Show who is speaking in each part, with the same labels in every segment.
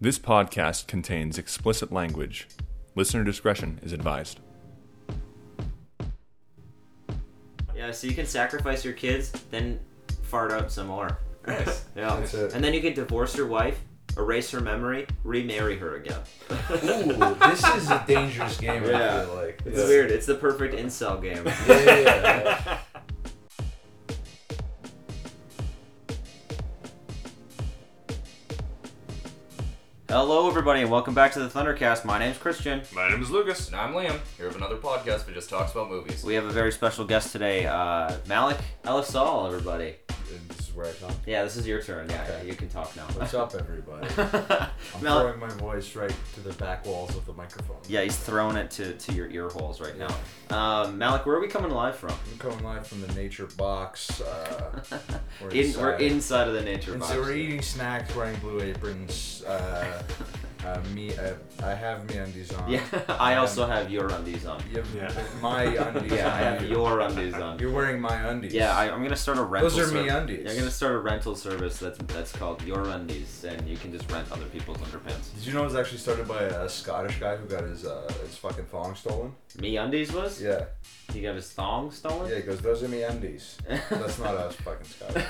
Speaker 1: This podcast contains explicit language. Listener discretion is advised.
Speaker 2: Yeah, so you can sacrifice your kids, then fart out some more.
Speaker 3: Nice.
Speaker 2: yeah.
Speaker 3: That's it.
Speaker 2: And then you can divorce your wife, erase her memory, remarry her again.
Speaker 3: Ooh, this is a dangerous game. I feel like
Speaker 2: It's weird. It's the perfect incel game.
Speaker 3: Yeah, yeah, yeah.
Speaker 2: Hello, everybody, and welcome back to the Thundercast. My name's Christian.
Speaker 4: My name is Lucas.
Speaker 5: And I'm Liam, here with another podcast that just talks about movies.
Speaker 2: We have a very special guest today, uh, Malik Elisal, everybody.
Speaker 3: And This is where I talk.
Speaker 2: Yeah, this is your turn. Yeah,
Speaker 3: Okay.
Speaker 2: you can talk now.
Speaker 3: What's up, everybody? I'm
Speaker 2: Malik,
Speaker 3: throwing my voice right to the back walls of the microphone.
Speaker 2: yeah, he's throwing it to, to your ear holes right now. Um, Malik, where are we coming live from?
Speaker 3: I'm coming live from the nature box. Uh, we're
Speaker 2: In, we're
Speaker 3: inside.
Speaker 2: inside of the nature
Speaker 3: And
Speaker 2: box.
Speaker 3: so we're eating snacks, wearing blue aprons. Uh, uh, me, uh, I have me undies on.
Speaker 2: Yeah, I also have your undies on.
Speaker 3: You have
Speaker 4: Yeah.
Speaker 3: my undies
Speaker 2: Yeah, I
Speaker 3: on.
Speaker 2: have
Speaker 3: you.
Speaker 2: your undies on.
Speaker 3: You're wearing my undies.
Speaker 2: Yeah, I, I'm gonna start a rental.
Speaker 3: Those are
Speaker 2: serv-
Speaker 3: me undies.
Speaker 2: I'm gonna start a rental service that's that's called Your Undies, and you can just rent other people's underpants.
Speaker 3: Did you know it was actually started by a Scottish guy who got his uh, his fucking thong stolen?
Speaker 2: Me Undies was?
Speaker 3: Yeah.
Speaker 2: He got his thong
Speaker 3: Yeah,
Speaker 2: stolen.
Speaker 3: he goes, those are me undies. That's not us, fucking Scottish.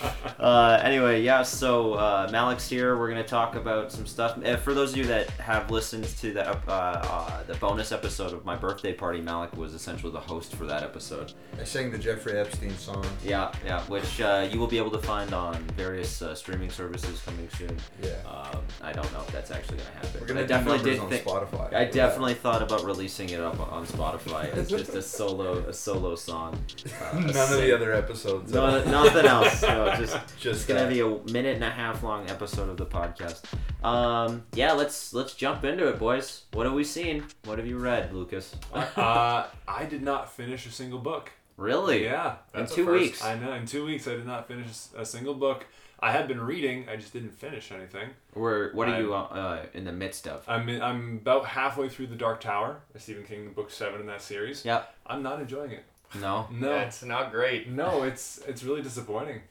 Speaker 2: Uh, anyway, yeah. So uh, Malik's here. We're gonna talk about some stuff. Uh, for those of you that have listened to the ep- uh, uh, the bonus episode of my birthday party, Malik was essentially the host for that episode.
Speaker 3: I sang the Jeffrey Epstein song.
Speaker 2: Yeah, yeah. Which uh, you will be able to find on various uh, streaming services coming soon.
Speaker 3: Yeah.
Speaker 2: Um, I don't know if that's actually gonna happen.
Speaker 3: We're gonna
Speaker 2: I
Speaker 3: do
Speaker 2: definitely
Speaker 3: numbers
Speaker 2: did
Speaker 3: on
Speaker 2: think.
Speaker 3: Spotify.
Speaker 2: I definitely thought about releasing it up on Spotify as just a solo, a solo song. Uh,
Speaker 3: None of the other episodes.
Speaker 2: No, nothing else. No, just it's
Speaker 3: Just
Speaker 2: gonna
Speaker 3: that.
Speaker 2: be a minute and a half long episode of the podcast. Um, yeah, let's let's jump into it, boys. What have we seen? What have you read, Lucas?
Speaker 4: uh, I did not finish a single book.
Speaker 2: really?
Speaker 4: Yeah,
Speaker 2: In
Speaker 5: That's a
Speaker 2: two
Speaker 5: first.
Speaker 2: weeks.
Speaker 4: I know. In two weeks, I did not finish a single book. I had been reading. I just didn't finish anything.
Speaker 2: We're what are
Speaker 4: I'm-
Speaker 2: you uh, uh, in the midst of?
Speaker 4: I'm in, I'm about halfway through the Dark Tower, Stephen King, book seven in that series.
Speaker 2: Yeah.
Speaker 4: I'm not enjoying it.
Speaker 2: No.
Speaker 4: No,
Speaker 5: That's not great.
Speaker 4: no, it's it's really disappointing.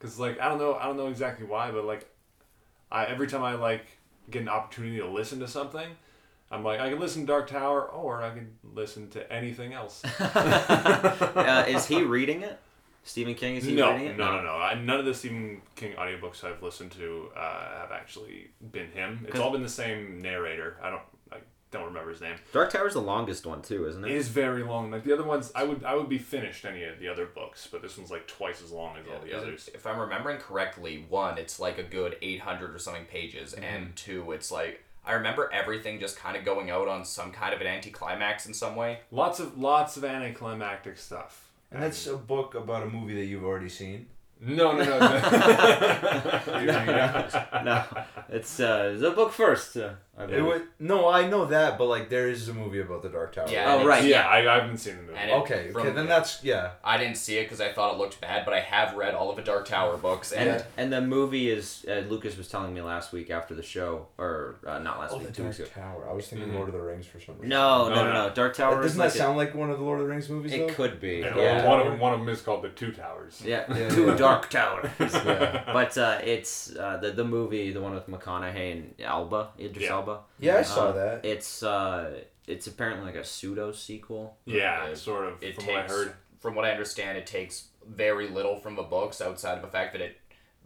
Speaker 4: Cause like I don't know, I don't know exactly why, but like, I every time I like get an opportunity to listen to something, I'm like I can listen to Dark Tower, or I can listen to anything else.
Speaker 2: Uh, is he reading it? Stephen King is he
Speaker 4: no,
Speaker 2: reading it?
Speaker 4: no, no, no. I, none of the Stephen King audiobooks I've listened to uh, have actually been him. It's
Speaker 2: Cause-
Speaker 4: all been the same narrator. I don't, I don't remember his name.
Speaker 2: Dark Tower's the longest one too, isn't
Speaker 4: It is very long. Like the other ones, I would, I would be finished any of the other books, but this one's like twice as long as all the
Speaker 5: Yeah,
Speaker 4: others.
Speaker 5: If I'm remembering correctly, one, it's like a good 800 or something pages, and two, it's like I remember everything just kind of going out on some kind of an anticlimax in some way.
Speaker 4: Lots of, lots of anticlimactic stuff.
Speaker 3: And that's a book about a movie that you've already seen.
Speaker 4: No, no, no. no.
Speaker 2: no, it's uh, the book first. Uh, I
Speaker 3: It
Speaker 2: believe.
Speaker 3: was, no, I know that, but like there is a movie about the Dark Tower.
Speaker 5: Yeah.
Speaker 2: oh
Speaker 5: and
Speaker 2: right,
Speaker 4: Yeah, I, I haven't seen the movie.
Speaker 5: And it-
Speaker 3: Okay.
Speaker 5: from-
Speaker 3: okay. Then that's yeah.
Speaker 5: I didn't see it because I thought it looked bad, but I have read all of the Dark Tower books, and
Speaker 2: And and the movie is uh, Lucas was telling me last week after the show, or uh, not last
Speaker 3: Oh, the
Speaker 2: week, two weeks ago.
Speaker 3: Dark Tower. Mm-hmm. I was thinking Lord of the Rings for some reason.
Speaker 2: No, no,
Speaker 4: No,
Speaker 2: no,
Speaker 4: no.
Speaker 2: no. Dark Tower. is
Speaker 3: Doesn't that
Speaker 2: like a-
Speaker 3: sound like one of the Lord of the Rings movies? though?
Speaker 2: It could be.
Speaker 4: And
Speaker 2: Yeah.
Speaker 4: One of them, one of them is called the Two Towers.
Speaker 2: Yeah.
Speaker 3: Yeah,
Speaker 2: Two
Speaker 3: yeah.
Speaker 2: Dark Towers.
Speaker 3: Yeah.
Speaker 2: But uh, it's uh, the the movie, the one with McConaughey and Alba, Idris
Speaker 4: Yeah.
Speaker 2: Elba.
Speaker 3: Yeah, I saw
Speaker 2: Uh,
Speaker 3: that.
Speaker 2: It's uh, it's apparently like a pseudo sequel.
Speaker 4: Yeah, sort of.
Speaker 5: it
Speaker 4: from
Speaker 5: takes,
Speaker 4: what I heard.
Speaker 5: from what I understand, it takes very little from the books outside of the fact that it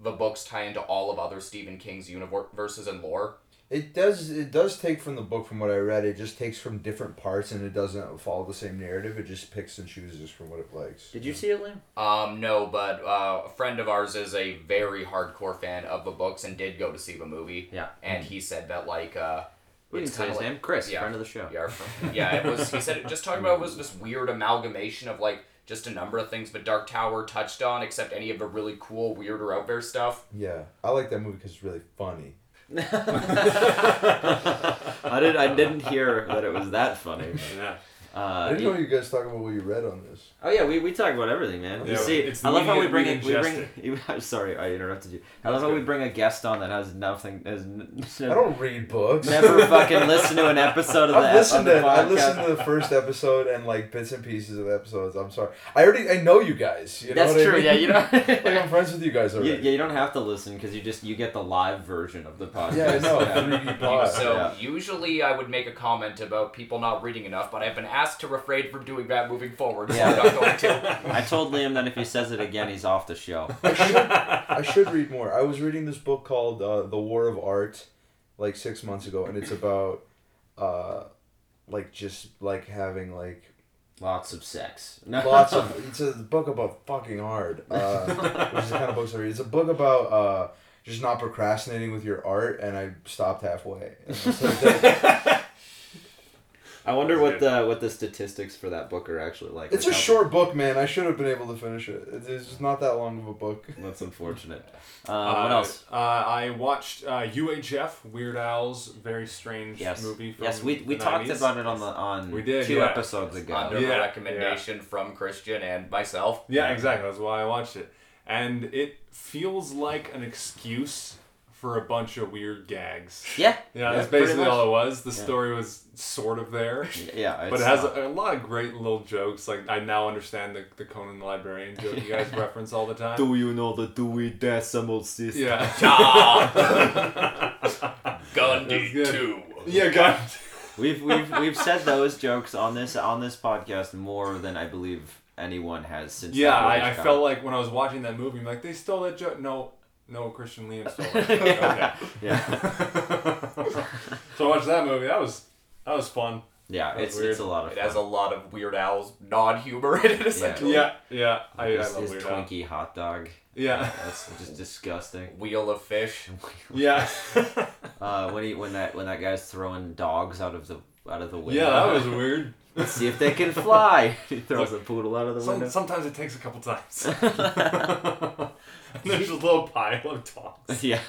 Speaker 5: the books tie into all of other Stephen King's universes and lore.
Speaker 3: It does. It does take from the book, from what I read. It just takes from different parts, and it doesn't follow the same narrative. It just picks and chooses from what it likes.
Speaker 2: Did you see it, Liam?
Speaker 5: Um, no, but uh, a friend of ours is a very hardcore fan of the books and did go to see the movie.
Speaker 2: Yeah.
Speaker 5: And he said that like uh,
Speaker 2: We
Speaker 5: it's
Speaker 2: didn't say
Speaker 5: kinda
Speaker 2: his
Speaker 5: like-
Speaker 2: name. Chris,
Speaker 5: yeah.
Speaker 2: friend of the show.
Speaker 5: Yeah, our friend- yeah. It was. He said it, just talking about it was this weird amalgamation of like just a number of things, but Dark Tower touched on, except any of the really cool, weirder, out there stuff.
Speaker 3: Yeah, I like that movie because it's really funny.
Speaker 2: I did. I didn't hear that it was that funny.
Speaker 4: Yeah.
Speaker 3: I
Speaker 2: Uh,
Speaker 3: didn't know you guys talking about what you read on this.
Speaker 2: Oh yeah, we, we talk about everything, man. You
Speaker 4: Yeah,
Speaker 2: see,
Speaker 4: it's
Speaker 2: I love how we
Speaker 4: media
Speaker 2: bring
Speaker 4: we
Speaker 2: it. We
Speaker 4: ingest
Speaker 2: bring. I'm sorry, I interrupted you. I
Speaker 4: That's
Speaker 2: love how we
Speaker 4: good.
Speaker 2: bring a guest on that has nothing. Has n-
Speaker 3: I don't read books.
Speaker 2: never fucking listened to an episode of the,
Speaker 3: I listened
Speaker 2: of the
Speaker 3: to I
Speaker 2: podcast.
Speaker 3: listened to the first episode and like bits and pieces of episodes. I'm sorry. I already I know you guys. You know
Speaker 2: That's
Speaker 3: what I
Speaker 2: true.
Speaker 3: mean?
Speaker 2: Yeah, you
Speaker 3: like I'm
Speaker 2: don't.
Speaker 3: friends with you guys
Speaker 2: you,
Speaker 3: already.
Speaker 2: yeah, you don't have to listen because you just you get the live version of the podcast.
Speaker 3: Yeah, I know.
Speaker 2: Yeah.
Speaker 3: 3D pod.
Speaker 5: So
Speaker 2: Yeah.
Speaker 5: usually I would make a comment about people not reading enough, but I've been asked to refrain from doing that moving forward. So I'm not going to.
Speaker 2: I told Liam that if he says it again, he's off the show.
Speaker 3: I should, I should read more. I was reading this book called uh, The War of Art like six months ago, and it's about uh, like just like having like
Speaker 2: Lots of sex. No.
Speaker 3: lots of. It's a book about fucking hard, uh, which is the kind of books I read. It's a book about uh, just not procrastinating with your art, and I stopped halfway. And I said, "That-
Speaker 2: I wonder what the what the statistics for that book are actually like.
Speaker 3: it's a
Speaker 2: Like how-
Speaker 3: short book, man. I should have been able to finish it. It's it's just not that long of a book.
Speaker 2: That's unfortunate. Uh,
Speaker 4: Uh,
Speaker 2: what else?
Speaker 4: Uh, I watched uh, UHF, Weird Al's very strange
Speaker 2: Yes.
Speaker 4: movie. From
Speaker 2: Yes, we, we
Speaker 4: the
Speaker 2: talked
Speaker 4: 90s.
Speaker 2: about it on the on
Speaker 4: We did,
Speaker 2: two
Speaker 4: yeah.
Speaker 2: episodes ago.
Speaker 5: Under
Speaker 4: Yeah,
Speaker 5: a recommendation from Christian and myself.
Speaker 4: Yeah, exactly. That's why I watched it, and it feels like an excuse for a bunch of weird gags.
Speaker 2: Yeah.
Speaker 4: Yeah, that's
Speaker 2: pretty
Speaker 4: basically
Speaker 2: much.
Speaker 4: all it was. The
Speaker 2: Yeah.
Speaker 4: story was sort of there.
Speaker 2: Yeah,
Speaker 4: But
Speaker 2: it's
Speaker 4: it has
Speaker 2: not-
Speaker 4: a, a lot of great little jokes. Like I now understand the, the Conan the Librarian joke you guys reference all the time.
Speaker 2: you know the Dewey Decimal System?
Speaker 4: Yeah.
Speaker 5: Ah! Gandhi
Speaker 4: That's good.
Speaker 5: too.
Speaker 4: yeah, God.
Speaker 2: We've we've we've said those jokes on this on this podcast more than I believe anyone has since.
Speaker 4: Yeah,
Speaker 2: that
Speaker 4: I, I
Speaker 2: British
Speaker 4: felt like when I was watching that movie, I'm like, they stole that joke. No, no, Christian Liam stole that joke.
Speaker 2: Yeah.
Speaker 4: Okay.
Speaker 2: Yeah.
Speaker 4: so I watched that movie. That was that was fun.
Speaker 2: yeah,
Speaker 4: That's
Speaker 2: it's
Speaker 4: weird.
Speaker 2: it's a lot of
Speaker 5: It
Speaker 2: fun.
Speaker 5: has a lot of Weird Al's non-humor in it, essentially.
Speaker 4: Yeah, yeah. I, I
Speaker 2: his,
Speaker 4: love
Speaker 2: his
Speaker 4: Weird Al.
Speaker 2: Twinkie hot dog.
Speaker 4: Yeah,
Speaker 2: That's just disgusting.
Speaker 5: Wheel of Fish.
Speaker 4: yeah,
Speaker 2: Uh, when he when that when that guy's throwing dogs out of the out of the window.
Speaker 4: yeah. That was weird.
Speaker 2: Let's see if they can fly. he throws a poodle out of the
Speaker 4: Some,
Speaker 2: window.
Speaker 4: sometimes it takes a couple times. And There's a little pile of dogs.
Speaker 2: yeah,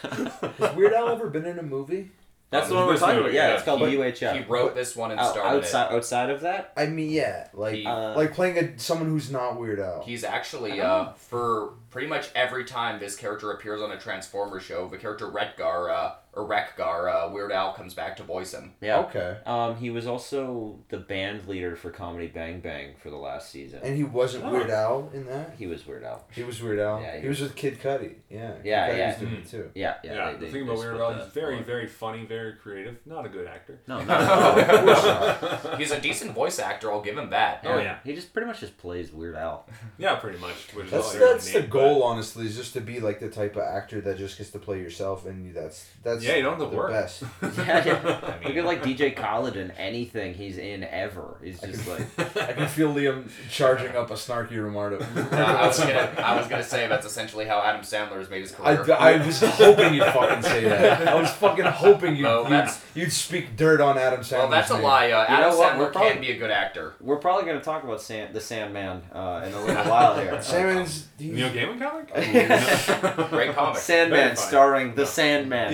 Speaker 3: Has Weird Al ever been in a movie?
Speaker 2: that's the
Speaker 4: Um,
Speaker 2: one we're
Speaker 4: this
Speaker 2: talking
Speaker 4: movie,
Speaker 2: about. Yeah,
Speaker 4: yeah.
Speaker 2: it's called
Speaker 3: He-
Speaker 2: UHF.
Speaker 5: He wrote this one and
Speaker 2: Out-
Speaker 5: started
Speaker 2: outside outside of that,
Speaker 3: I mean, yeah, like
Speaker 5: He-
Speaker 2: Uh,
Speaker 3: like playing a someone who's not Weird Al.
Speaker 5: it. He's actually uh, for pretty much every time this character appears on a Transformer show, the character Retgar uh, or Rekgar, uh, Weird Al comes back to voice him.
Speaker 2: yeah.
Speaker 3: Okay.
Speaker 2: Um, he was also the band leader for Comedy Bang Bang for the last season.
Speaker 3: And he wasn't
Speaker 4: Oh.
Speaker 3: Weird Al in that.
Speaker 2: he was Weird Al.
Speaker 3: He was Weird Al.
Speaker 2: Yeah,
Speaker 3: he,
Speaker 2: he
Speaker 3: was with Kid Cudi. Yeah. Kid
Speaker 2: Yeah,
Speaker 3: Cudi
Speaker 2: yeah.
Speaker 3: was doing it too.
Speaker 2: Yeah, yeah.
Speaker 4: Yeah,
Speaker 2: they-
Speaker 4: the
Speaker 2: they-
Speaker 4: thing
Speaker 2: they
Speaker 4: about Weird
Speaker 2: split
Speaker 4: Al,
Speaker 2: the-
Speaker 4: he's very, very funny, very creative. Not a good actor.
Speaker 2: No, no,
Speaker 3: Oh,
Speaker 2: no.
Speaker 3: of course not.
Speaker 5: He's a decent voice actor. I'll give him that.
Speaker 4: Oh, yeah.
Speaker 2: He just pretty much just plays Weird Al.
Speaker 4: Yeah, pretty much. Which
Speaker 3: That's
Speaker 4: is all you
Speaker 3: that's the
Speaker 4: need,
Speaker 3: goal, honestly, is just to be like the type of actor that just gets to play yourself, and you- that's
Speaker 4: but-
Speaker 3: that's
Speaker 4: Yeah, you don't have
Speaker 3: the
Speaker 4: to work.
Speaker 3: best.
Speaker 2: yeah, yeah.
Speaker 5: I
Speaker 2: Look at like DJ Khaled in anything he's in ever. He's just like
Speaker 3: I can feel Liam charging up a snarky remark.
Speaker 5: Uh, I was gonna, I was gonna say that's essentially how Adam Sandler has made his
Speaker 3: I,
Speaker 5: career.
Speaker 3: I was hoping you'd fucking say that. I was fucking hoping you'd,
Speaker 5: Oh,
Speaker 3: you'd,
Speaker 5: that's-
Speaker 3: you'd speak dirt on Adam Sandler.
Speaker 5: well, that's a lie. Uh,
Speaker 2: You know
Speaker 5: Adam
Speaker 2: what?
Speaker 5: Sandler
Speaker 2: We're probably-
Speaker 5: can be a good actor.
Speaker 2: we're probably gonna talk about Sam, the Sandman uh, in a little while here.
Speaker 3: Simmons, he-
Speaker 4: Neil Gaiman comic?
Speaker 5: Great comic.
Speaker 2: Sandman
Speaker 4: Very funny.
Speaker 2: starring the Sandman.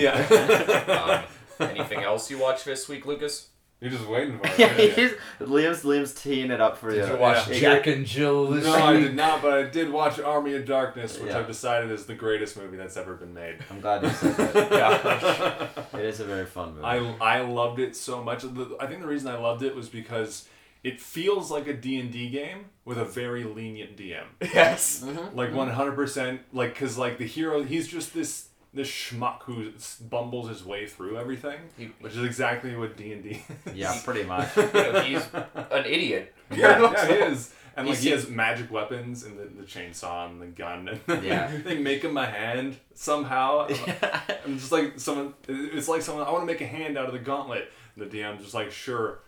Speaker 4: yeah.
Speaker 5: Um, anything else you watched this week, Lucas?
Speaker 4: You're just waiting for it.
Speaker 2: yeah,
Speaker 4: aren't you?
Speaker 2: he's, Liam's Liam's teeing it up for
Speaker 3: Did
Speaker 2: you.
Speaker 3: you watch
Speaker 4: Yeah.
Speaker 3: Jack and Jill this
Speaker 4: No, I
Speaker 3: week?
Speaker 4: did not, but I did watch Army of Darkness, which
Speaker 2: Yeah.
Speaker 4: I've decided is the greatest movie that's ever been made.
Speaker 2: I'm glad you said that. It is a very fun movie.
Speaker 4: I, I loved it so much. The- I think the reason I loved it was because it feels like a D&D game with a very lenient DM.
Speaker 5: Mm-hmm. Yes.
Speaker 4: Like 100% like cuz like the hero he's just this this schmuck who s- bumbles his way through everything,
Speaker 5: He-
Speaker 4: which is exactly what D&D. is.
Speaker 2: yeah, pretty much.
Speaker 5: You know, he's an idiot.
Speaker 4: Yeah, yeah, he is. And
Speaker 5: You
Speaker 4: like he
Speaker 5: see-
Speaker 4: has magic weapons and the, the chainsaw and the gun. And
Speaker 2: Yeah.
Speaker 4: they make him a hand somehow. I'm just like someone. It's like someone. I want to make a hand out of the gauntlet. And the DM's just like, sure,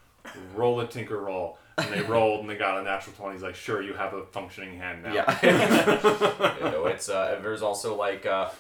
Speaker 4: roll a tinker roll. And they rolled and they got a natural twenty. He's like, sure, you have a functioning hand now.
Speaker 2: Yeah.
Speaker 5: you know, it's uh, there's also like uh,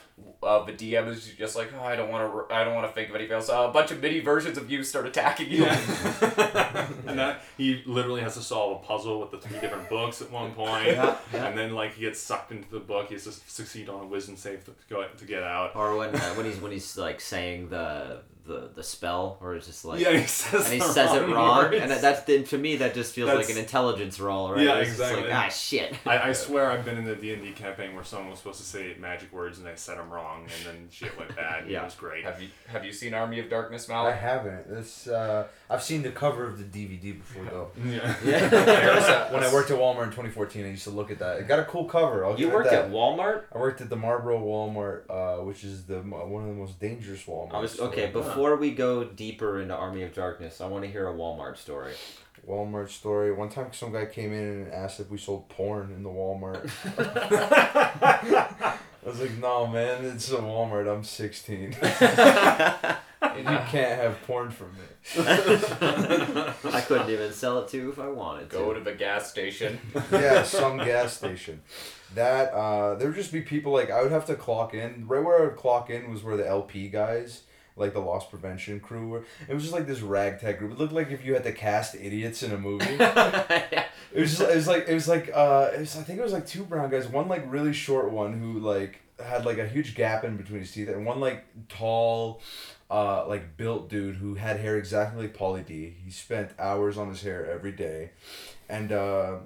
Speaker 5: uh, the DM is just like, oh, I don't want to, I don't want to think of anything else. Uh, a bunch of mini versions of you start attacking you.
Speaker 4: Yeah. and that he literally has to solve a puzzle with the three different books at one point.
Speaker 2: Yeah, yeah.
Speaker 4: and then like he gets sucked into the book. He has to succeed on a wisdom save to go to get out.
Speaker 2: or when uh, when he's when he's like saying the the, the spell, or it's just like
Speaker 4: yeah, he says
Speaker 2: and he
Speaker 4: the
Speaker 2: says it wrong, and
Speaker 4: words.
Speaker 2: that, that's to me that just just feels
Speaker 4: That's-
Speaker 2: like an intelligence roll, right?
Speaker 4: Yeah,
Speaker 2: It's just
Speaker 4: exactly.
Speaker 2: like, ah, shit.
Speaker 4: I, I swear I've been in the D and D campaign where someone was supposed to say magic words and they said them wrong, and then shit went bad. yeah,
Speaker 2: Yeah.
Speaker 4: it was great.
Speaker 5: Have you have you seen Army of Darkness,
Speaker 3: I
Speaker 5: Malik?
Speaker 3: haven't. This uh, I've seen the cover of the DVD before though.
Speaker 4: Yeah.
Speaker 5: There's a-
Speaker 3: When I worked at Walmart in 2014, I used to look at that. It got a cool cover. I'll
Speaker 2: you
Speaker 3: give it
Speaker 2: worked
Speaker 3: that.
Speaker 2: at Walmart?
Speaker 3: I worked at the Marlboro Walmart, uh, which is the mo- one of the most dangerous Walmarts.
Speaker 2: I was okay.
Speaker 3: but
Speaker 2: Before we go deeper into Army of Darkness, I want to hear a Walmart story.
Speaker 3: Walmart story. One time, some guy came in and asked if we sold porn in the Walmart. I was like, "No, man, it's a Walmart. I'm 16. you can't have porn from me."
Speaker 2: I couldn't even sell it to you if I wanted to.
Speaker 5: Go to the gas station.
Speaker 3: yeah, some gas station. That uh, there would just be people like I would have to clock in. Right where I would clock in was where the LP guys, like the loss prevention crew, were. It was just like this ragtag group. It looked like if you had to cast idiots in a movie. It was just, it was like it was like uh, it was, I think it was like two brown guys. One like really short one who like had like a huge gap in between his teeth, and one like tall. Uh, like built dude who had hair exactly like Paulie D. He spent hours on his hair every day, and uh,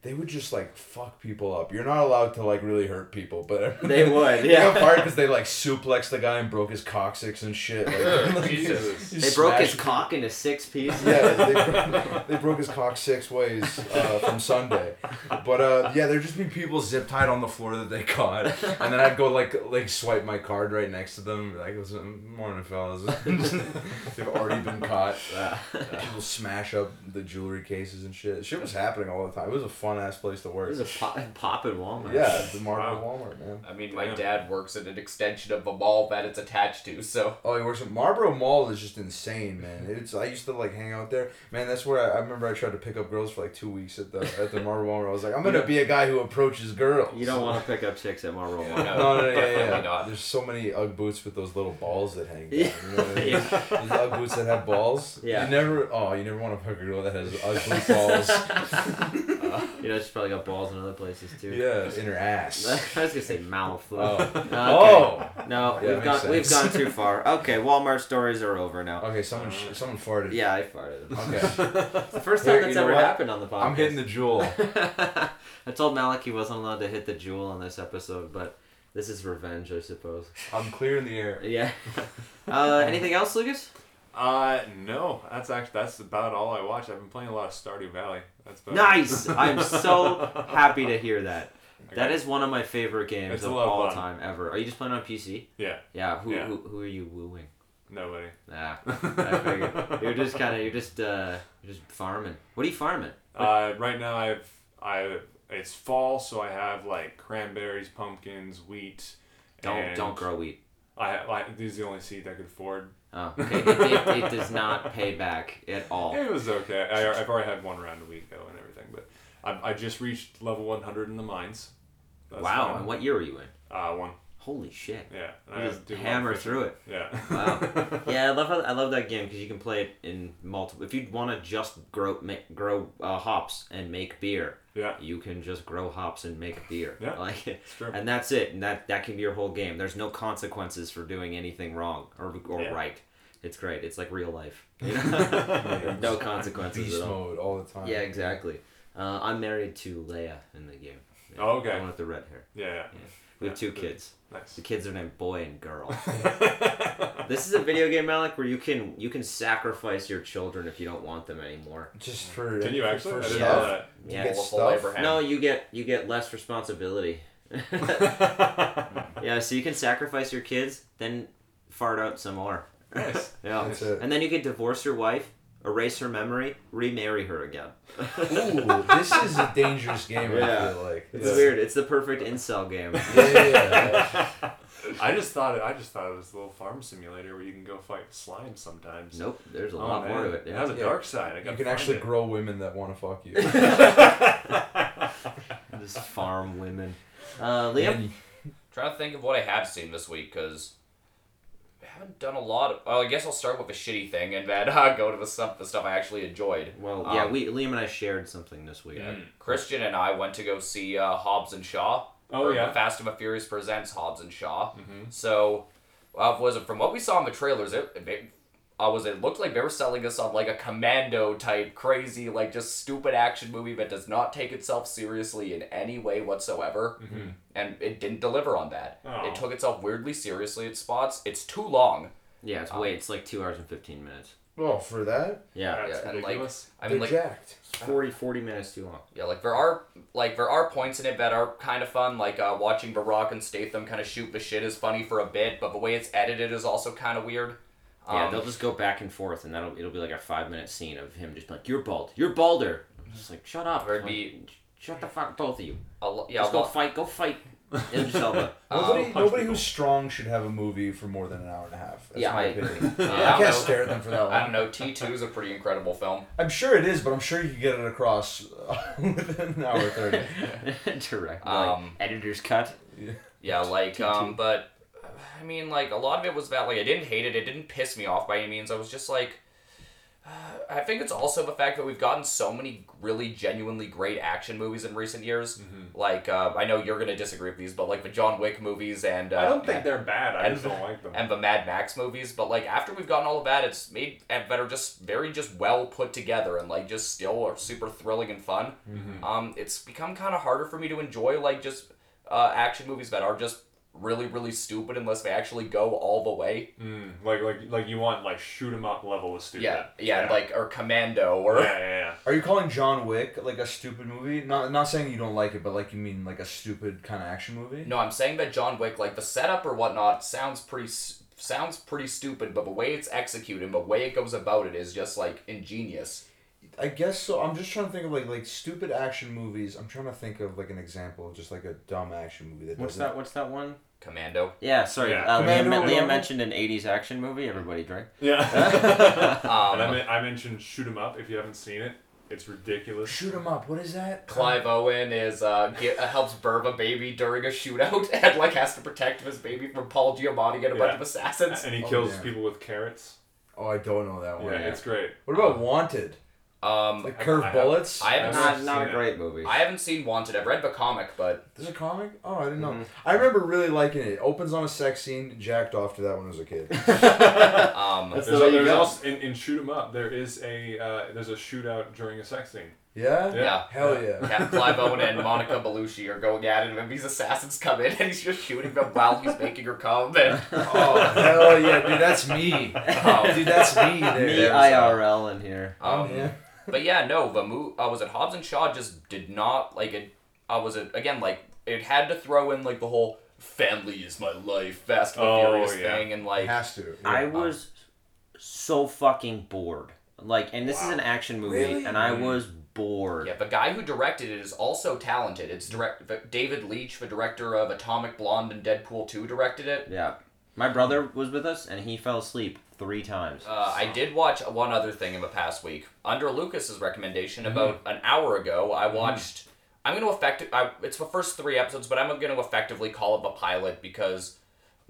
Speaker 3: they would just like fuck people up. You're not allowed to like really hurt people, but
Speaker 2: They would,
Speaker 3: They
Speaker 2: yeah.
Speaker 3: got fired because they like suplexed the guy and broke his coccyx and shit. Like, like,
Speaker 5: Jesus.
Speaker 3: you
Speaker 2: They broke his
Speaker 3: smash-
Speaker 2: cock into six pieces.
Speaker 3: Yeah, they, broke- they broke his cock six ways uh, from Sunday, but uh, yeah, there'd just be people zip tied on the floor that they caught, and then I'd go like like swipe my card right next to them, be like morning fellas, they've already been caught. People smash up the jewelry cases and shit. Shit was happening all the time. It was a fun ass place to work.
Speaker 2: There's a pop, pop in Walmart.
Speaker 3: Yeah, the Marvel Walmart, man.
Speaker 5: I mean, my
Speaker 4: Yeah.
Speaker 5: dad works at an extension of a mall that it's attached to, so
Speaker 3: Oh, he works at Marlboro Mall is just insane, man. It's I used to like hang out there, man. That's where I, I remember I tried to pick up girls for like two weeks at the at the Marlboro Mall. Where I was like, I'm gonna be a guy who approaches girls.
Speaker 2: You don't Oh want to pick up chicks at Marlboro Walmart.
Speaker 5: no,
Speaker 3: No, no, no, yeah, yeah.
Speaker 5: definitely not.
Speaker 3: There's so many UGG boots with those little balls that hang down.
Speaker 2: Yeah.
Speaker 3: You know what I mean? Those UGG boots that have balls.
Speaker 2: Yeah.
Speaker 3: You never. Oh, you never want to pick a girl that has ugly balls.
Speaker 2: You know, she's probably got balls in other places too.
Speaker 3: yeah, in her
Speaker 2: I
Speaker 3: ass.
Speaker 2: was gonna say mouth.
Speaker 3: Oh.
Speaker 2: Okay.
Speaker 3: Oh.
Speaker 2: No,
Speaker 3: Yeah,
Speaker 2: we've
Speaker 3: makes
Speaker 2: gone we've
Speaker 3: sense.
Speaker 2: gone too far. Okay, Walmart stories are over now.
Speaker 3: Okay, someone sh- someone farted.
Speaker 2: Yeah, I farted.
Speaker 3: Okay.
Speaker 2: It's the first time
Speaker 3: Here, you
Speaker 2: that's
Speaker 3: know
Speaker 2: ever
Speaker 3: what?
Speaker 2: happened on the podcast.
Speaker 3: I'm hitting the jewel.
Speaker 2: I told Malik he wasn't allowed to hit the jewel on this episode, but this is revenge, I suppose.
Speaker 3: I'm clearing the air.
Speaker 2: Yeah. Uh, anything else, Lucas?
Speaker 4: Uh, no, that's actually that's about all I watched. I've been playing a lot of Stardew Valley. That's about
Speaker 2: Nice. I'm so happy to hear that. That
Speaker 4: Okay.
Speaker 2: is one of my favorite games
Speaker 4: It's a
Speaker 2: of
Speaker 4: lot of
Speaker 2: all
Speaker 4: fun.
Speaker 2: time ever. Are you just playing on PC?
Speaker 4: Yeah.
Speaker 2: Yeah. Who
Speaker 4: Yeah.
Speaker 2: Who, who are you wooing?
Speaker 4: nobody.
Speaker 2: Nah. I figured. You're just kind of you're just uh you're just farming. What are you farming?
Speaker 4: Uh, right now I've I it's fall, so I have like cranberries, pumpkins, wheat.
Speaker 2: Don't
Speaker 4: and
Speaker 2: don't grow wheat.
Speaker 4: I, I these are the only seeds I could afford.
Speaker 2: Oh, okay. It, it, it does not pay back at all.
Speaker 4: It was okay. I, I've already had one round a week though and everything, but I, I just reached level 100 in the mines. That's
Speaker 2: wow.
Speaker 4: fine.
Speaker 2: And what year were you in?
Speaker 4: Uh, one.
Speaker 2: Holy shit.
Speaker 4: Yeah. and I
Speaker 2: You just
Speaker 4: do
Speaker 2: hammer
Speaker 4: 150.
Speaker 2: through it.
Speaker 4: Yeah.
Speaker 2: Wow. yeah, I love how, I love that game because you can play it in multiple. If you want to just grow make, grow uh, hops and make beer,
Speaker 4: yeah.
Speaker 2: you can just grow hops and make beer.
Speaker 4: Yeah,
Speaker 2: like,
Speaker 4: true.
Speaker 2: and that's it. And that that can be your whole game. There's no consequences for doing anything wrong or or
Speaker 4: Yeah.
Speaker 2: right. It's great. It's like real life. You know? no consequences
Speaker 3: Beast
Speaker 2: at all.
Speaker 3: mode all the time.
Speaker 2: Yeah, exactly. Uh, I'm married to Leia in the game. Yeah,
Speaker 4: Oh, okay.
Speaker 2: The one with the red hair.
Speaker 4: Yeah. yeah.
Speaker 2: We have
Speaker 4: Yeah,
Speaker 2: two
Speaker 4: the-
Speaker 2: kids.
Speaker 4: Nice.
Speaker 2: The kids are named boy and girl. this is a video game, Malik, where you can you can sacrifice your children if you don't want them anymore.
Speaker 3: Just for
Speaker 4: Can you actually? I
Speaker 3: for
Speaker 4: didn't
Speaker 2: Yeah.
Speaker 4: know
Speaker 3: stuff.
Speaker 4: that.
Speaker 2: Yeah.
Speaker 3: You get
Speaker 5: Wolf of
Speaker 3: stuff.
Speaker 5: Abraham.
Speaker 2: No, you get you get less responsibility. yeah, so you can sacrifice your kids, then fart out some more.
Speaker 4: Nice.
Speaker 2: Yeah.
Speaker 3: That's it.
Speaker 2: And then you can divorce your wife, erase her memory, remarry her again.
Speaker 3: Ooh, this is a dangerous game. I
Speaker 2: Yeah.
Speaker 3: feel like
Speaker 2: It's weird. It's the perfect incel game.
Speaker 3: Yeah, yeah, yeah.
Speaker 4: I just thought it. I just thought it was a little farm simulator where you can go fight slime sometimes.
Speaker 2: Nope, there's a
Speaker 4: Oh,
Speaker 2: lot
Speaker 4: man.
Speaker 2: more to it. Yeah.
Speaker 4: That's a
Speaker 3: Yeah.
Speaker 4: dark side. I
Speaker 3: You
Speaker 4: gotta
Speaker 3: can
Speaker 4: find
Speaker 3: actually
Speaker 4: it.
Speaker 3: grow women that want to fuck you.
Speaker 2: Just farm women. Uh, Liam?
Speaker 3: And
Speaker 5: Trying to think of what I have seen this week because I haven't done a lot. Of, well, I guess I'll start with a shitty thing and then uh, go to the stuff the stuff I actually enjoyed.
Speaker 2: Well, yeah,
Speaker 5: Um, Hmm.
Speaker 2: we Liam and I shared something this week.
Speaker 5: Christian and I went to go see uh, Hobbs and Shaw.
Speaker 4: Oh,
Speaker 5: Or
Speaker 4: yeah. Mm-hmm.
Speaker 5: The Fast and the Furious presents Hobbs and Shaw. So, uh, was it from what we saw in the trailers? It, it, uh, was it looked like they were selling us on like a commando type crazy like just stupid action movie that does not take itself seriously in any way whatsoever and it didn't deliver on that
Speaker 4: Mm-hmm. Oh.
Speaker 5: it took itself weirdly seriously at spots it's too long
Speaker 2: Yeah, it's wait, it's like two hours and fifteen minutes.
Speaker 3: Well, oh, for that,
Speaker 2: Yeah,
Speaker 4: That's
Speaker 5: yeah, and, like,
Speaker 4: ridiculous.
Speaker 5: i
Speaker 3: they're
Speaker 5: mean like
Speaker 3: jacked.
Speaker 2: it's 40, 40 minutes too long.
Speaker 5: Yeah, like there are like there are points in it that are kind of fun, like uh, watching Barack and Statham kind of shoot the shit is funny for a bit, but the way it's edited is also kind of weird. Um,
Speaker 2: Yeah, Uh, they'll just go back and forth, and that'll it'll be like a five minute scene of him just like, "You're bald, you're balder." I'm just like, "Shut up,
Speaker 5: Or it'd
Speaker 2: like,
Speaker 5: be-
Speaker 2: shut the fuck, both of you.
Speaker 5: a lo- yeah,
Speaker 2: Just
Speaker 5: a
Speaker 2: go
Speaker 5: lo-
Speaker 2: fight, go fight." Idris Elba.
Speaker 3: Nobody,
Speaker 4: punch
Speaker 3: nobody
Speaker 4: people.
Speaker 3: who's strong should have a movie for more than an hour and a half. That's
Speaker 2: Yeah,
Speaker 3: my
Speaker 2: I
Speaker 3: opinion.
Speaker 5: yeah, I
Speaker 3: I
Speaker 5: don't know.
Speaker 3: can't stare at them for that
Speaker 5: I
Speaker 3: long.
Speaker 5: don't know. T two is a pretty incredible film.
Speaker 3: I'm sure it is, but I'm sure you can get it across uh, within an hour thirty.
Speaker 2: Direct,
Speaker 5: Um,
Speaker 2: like, editor's cut.
Speaker 5: Yeah, like um, but I mean, like a lot of it was that like I didn't hate it. It didn't piss me off by any means. I was just like, uh, I think it's also the fact that we've gotten so many really genuinely great action movies in recent years. Like uh, I know you're gonna disagree with these, but like the John Wick movies and uh,
Speaker 4: I don't think they're bad. I
Speaker 5: and-
Speaker 4: just don't like them.
Speaker 5: and the Mad Max movies, but like after we've gotten all of that, it's made and that are just very just well put together and like just still are super thrilling and fun.
Speaker 4: Mm-hmm.
Speaker 5: Um, it's become kind of harder for me to enjoy like just uh, action movies that are just really really stupid unless they actually go all the way.
Speaker 4: Mm, like like like you want like shoot 'em up level of stupid.
Speaker 5: Yeah, yeah, and, like or Commando or
Speaker 4: yeah, yeah, yeah.
Speaker 3: Are you calling John Wick like a stupid movie? Not not saying you don't like it, but like you mean like a stupid kind of action movie?
Speaker 5: no, I'm saying that John Wick like the setup or whatnot sounds pretty. s- Sounds pretty stupid, but the way it's executed, and the way it goes about it, is just like ingenious.
Speaker 3: I guess so. I'm just trying to think of like like stupid action movies. I'm trying to think of like an example of just like a dumb action movie that
Speaker 2: What's
Speaker 3: doesn't.
Speaker 2: that? What's that one?
Speaker 5: Commando.
Speaker 2: Yeah, sorry.
Speaker 4: Yeah.
Speaker 2: Uh, Liam,
Speaker 3: Commando-
Speaker 2: Liam mentioned an '80s action movie. Everybody drink.
Speaker 4: Yeah.
Speaker 5: Um,
Speaker 4: and I, men- I mentioned shoot 'em up. If you haven't seen it, it's ridiculous.
Speaker 3: Shoot 'em up. What is that?
Speaker 5: Clive Owen is uh, ge- uh, helps birth a baby during a shootout and like has to protect his baby from Paul Giamatti and a bunch
Speaker 4: Yeah.
Speaker 5: of assassins.
Speaker 4: And he
Speaker 3: Oh,
Speaker 4: kills
Speaker 3: yeah.
Speaker 4: people with carrots.
Speaker 3: Oh, I don't know that
Speaker 4: Yeah,
Speaker 3: one.
Speaker 4: it's great.
Speaker 3: What about Wanted?
Speaker 5: Um,
Speaker 3: Like
Speaker 4: I-
Speaker 3: curved
Speaker 4: I have-
Speaker 3: bullets.
Speaker 5: I
Speaker 4: I've
Speaker 5: haven't
Speaker 2: Not,
Speaker 4: seen
Speaker 2: not a
Speaker 4: it.
Speaker 2: great movie.
Speaker 5: I haven't seen Wanted. I've read the comic, but
Speaker 3: There's a comic? Oh, I didn't know. I remember really liking it. It opens on a sex scene. Jacked off to that when I was a kid.
Speaker 5: um,
Speaker 2: That's the
Speaker 4: There's,
Speaker 2: way
Speaker 4: a,
Speaker 2: you
Speaker 4: there's
Speaker 2: go.
Speaker 4: also in, in shoot 'em up. There is a uh, there's a shootout during a sex scene.
Speaker 3: Yeah?
Speaker 5: Yeah.
Speaker 3: Hell yeah.
Speaker 5: Cap- Clive Owen and Monica Bellucci are going at it, and these assassins come in, and he's just shooting them while he's making her come. And
Speaker 3: oh, hell yeah. Dude, that's me. Dude, that's me. There.
Speaker 2: Me
Speaker 5: There's, uh,
Speaker 2: IRL in here.
Speaker 5: um,
Speaker 3: yeah.
Speaker 5: But yeah, no, the mo- uh, was it Hobbs and Shaw just did not like it. I was it again like it had to throw in like the whole family is my life, Fast and the
Speaker 4: Oh,
Speaker 5: Furious
Speaker 4: yeah.
Speaker 5: thing, and like
Speaker 3: Has to. Yeah.
Speaker 2: I was so fucking bored. Like, and this is an action movie,
Speaker 3: Really?
Speaker 2: and I was bored.
Speaker 5: Yeah, the guy who directed it is also talented. It's direct the- David Leitch, the director of Atomic Blonde and Deadpool 2 directed it.
Speaker 2: Yeah. My brother was with us, and he fell asleep three times.
Speaker 5: Uh, I did watch one other thing in the past week. Under Lucas's recommendation about an hour ago, I watched I'm going to effect I, it's the first 3 episodes, but I'm going to effectively call it a pilot because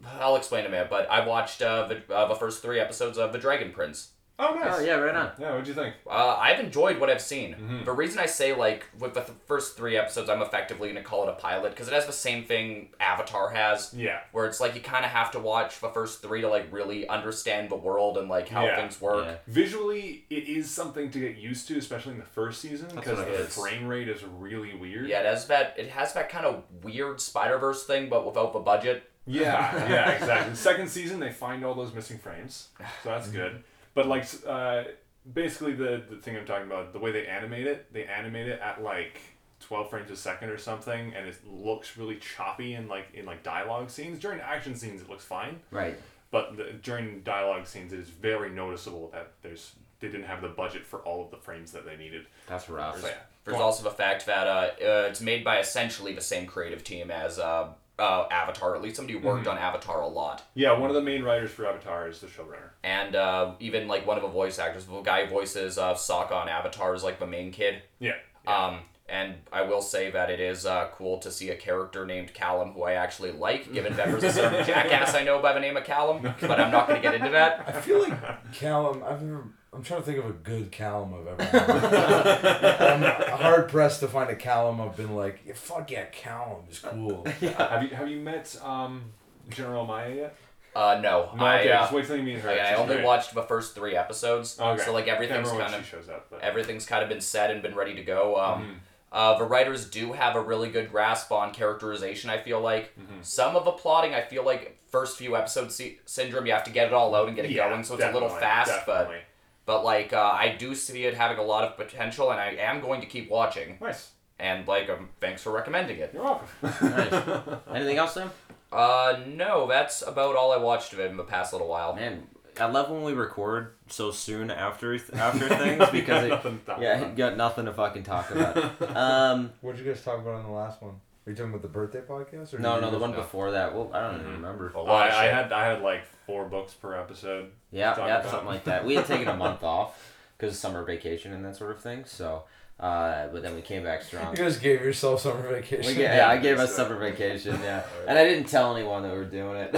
Speaker 5: I'll explain in a minute, but I watched uh, the, uh, the first 3 episodes of The Dragon Prince.
Speaker 4: Oh nice.
Speaker 2: oh, yeah, right on.
Speaker 4: Yeah, what'd you think?
Speaker 5: Uh, I've enjoyed what I've seen. The reason I say like with the th- first three episodes, I'm effectively gonna call it a pilot because it has the same thing Avatar has,
Speaker 4: Yeah.
Speaker 5: where it's like you kind of have to watch the first three to like really understand the world and like how
Speaker 4: Yeah.
Speaker 5: things work.
Speaker 2: Yeah.
Speaker 4: Visually, it is something to get used to, especially in the first season, because
Speaker 2: what
Speaker 4: the
Speaker 2: it is.
Speaker 4: frame rate is really weird.
Speaker 5: Yeah, it has that. It has that kind of weird Spider Verse thing, but without the budget.
Speaker 4: Yeah, yeah, exactly. Second season, they find all those missing frames, so that's good. But like, s- uh, basically, the the thing I'm talking about, the way they animate it, they animate it at like twelve frames a second or something, and it looks really choppy in like in like dialogue scenes. During action scenes, it looks fine,
Speaker 2: Right.
Speaker 4: but the, during dialogue scenes, it is very noticeable that there's they didn't have the budget for all of the frames that they needed.
Speaker 2: That's rough.
Speaker 4: So, yeah.
Speaker 5: There's also the fact that uh, uh, it's made by essentially the same creative team as uh, uh, Avatar. At least somebody who worked on Avatar a lot.
Speaker 4: Yeah, one of the main writers for Avatar is the showrunner.
Speaker 5: and uh, even like one of the voice actors, the guy who voices uh, Sokka on Avatar is like the main kid.
Speaker 4: Yeah.
Speaker 5: Um, and I will say that it is uh, cool to see a character named Callum who I actually like, given that there's a certain jackass I know by the name of Callum, but I'm not going to get into that.
Speaker 3: I feel like Callum, I've never. I'm trying to think of a good Callum I've ever had. I'm hard pressed to find a Callum I've been like, yeah, fuck yeah, Callum is cool.
Speaker 4: Have you have you met um, General Maya yet?
Speaker 5: Uh, no,
Speaker 4: No,
Speaker 5: I
Speaker 4: okay,
Speaker 5: uh,
Speaker 4: just wait till you meet her.
Speaker 5: like, I
Speaker 4: She's
Speaker 5: only
Speaker 4: great.
Speaker 5: watched the first three episodes,
Speaker 4: Okay.
Speaker 5: so like
Speaker 4: Can't
Speaker 5: everything's
Speaker 4: remember when
Speaker 5: kind of
Speaker 4: she shows up, but
Speaker 5: everything's kind of been said and been ready to go. Um,
Speaker 4: Mm-hmm.
Speaker 5: uh, the writers do have a really good grasp on characterization. I feel like
Speaker 4: Mm-hmm.
Speaker 5: some of the plotting, I feel like first few episodes sy- syndrome, you have to get it all out and get it
Speaker 4: Yeah,
Speaker 5: going, so it's a little
Speaker 4: definitely,
Speaker 5: fast,
Speaker 4: definitely.
Speaker 5: but but like uh, I do see it having a lot of potential, and I am going to keep watching.
Speaker 4: nice.
Speaker 5: And like, um, thanks for recommending it.
Speaker 4: You're welcome.
Speaker 2: Nice. Anything else, Sam?
Speaker 5: Uh, no, that's about all I watched of it in the past little while.
Speaker 2: Man, I love when we record so soon after th- after things because it,
Speaker 4: Nothing to talk
Speaker 2: yeah,
Speaker 4: about.
Speaker 2: got nothing to fucking talk about. Um,
Speaker 3: What did you guys talk about on the last one? Are you talking about the birthday podcast?
Speaker 2: no,
Speaker 3: Or did
Speaker 2: no,
Speaker 3: you
Speaker 2: the
Speaker 3: guys-
Speaker 2: one before that. Well, I don't even remember.
Speaker 4: Well, I, I had I had like four books per episode.
Speaker 2: Yeah,
Speaker 4: Talk
Speaker 2: yeah,
Speaker 4: about.
Speaker 2: something like that. We had taken a month off because summer vacation and that sort of thing. So, uh, but then we came back strong.
Speaker 3: You guys gave yourself summer vacation.
Speaker 2: We ga- yeah, I gave
Speaker 4: Yeah,
Speaker 2: us
Speaker 4: so-
Speaker 2: summer vacation. Yeah, and I didn't tell anyone that we were doing it.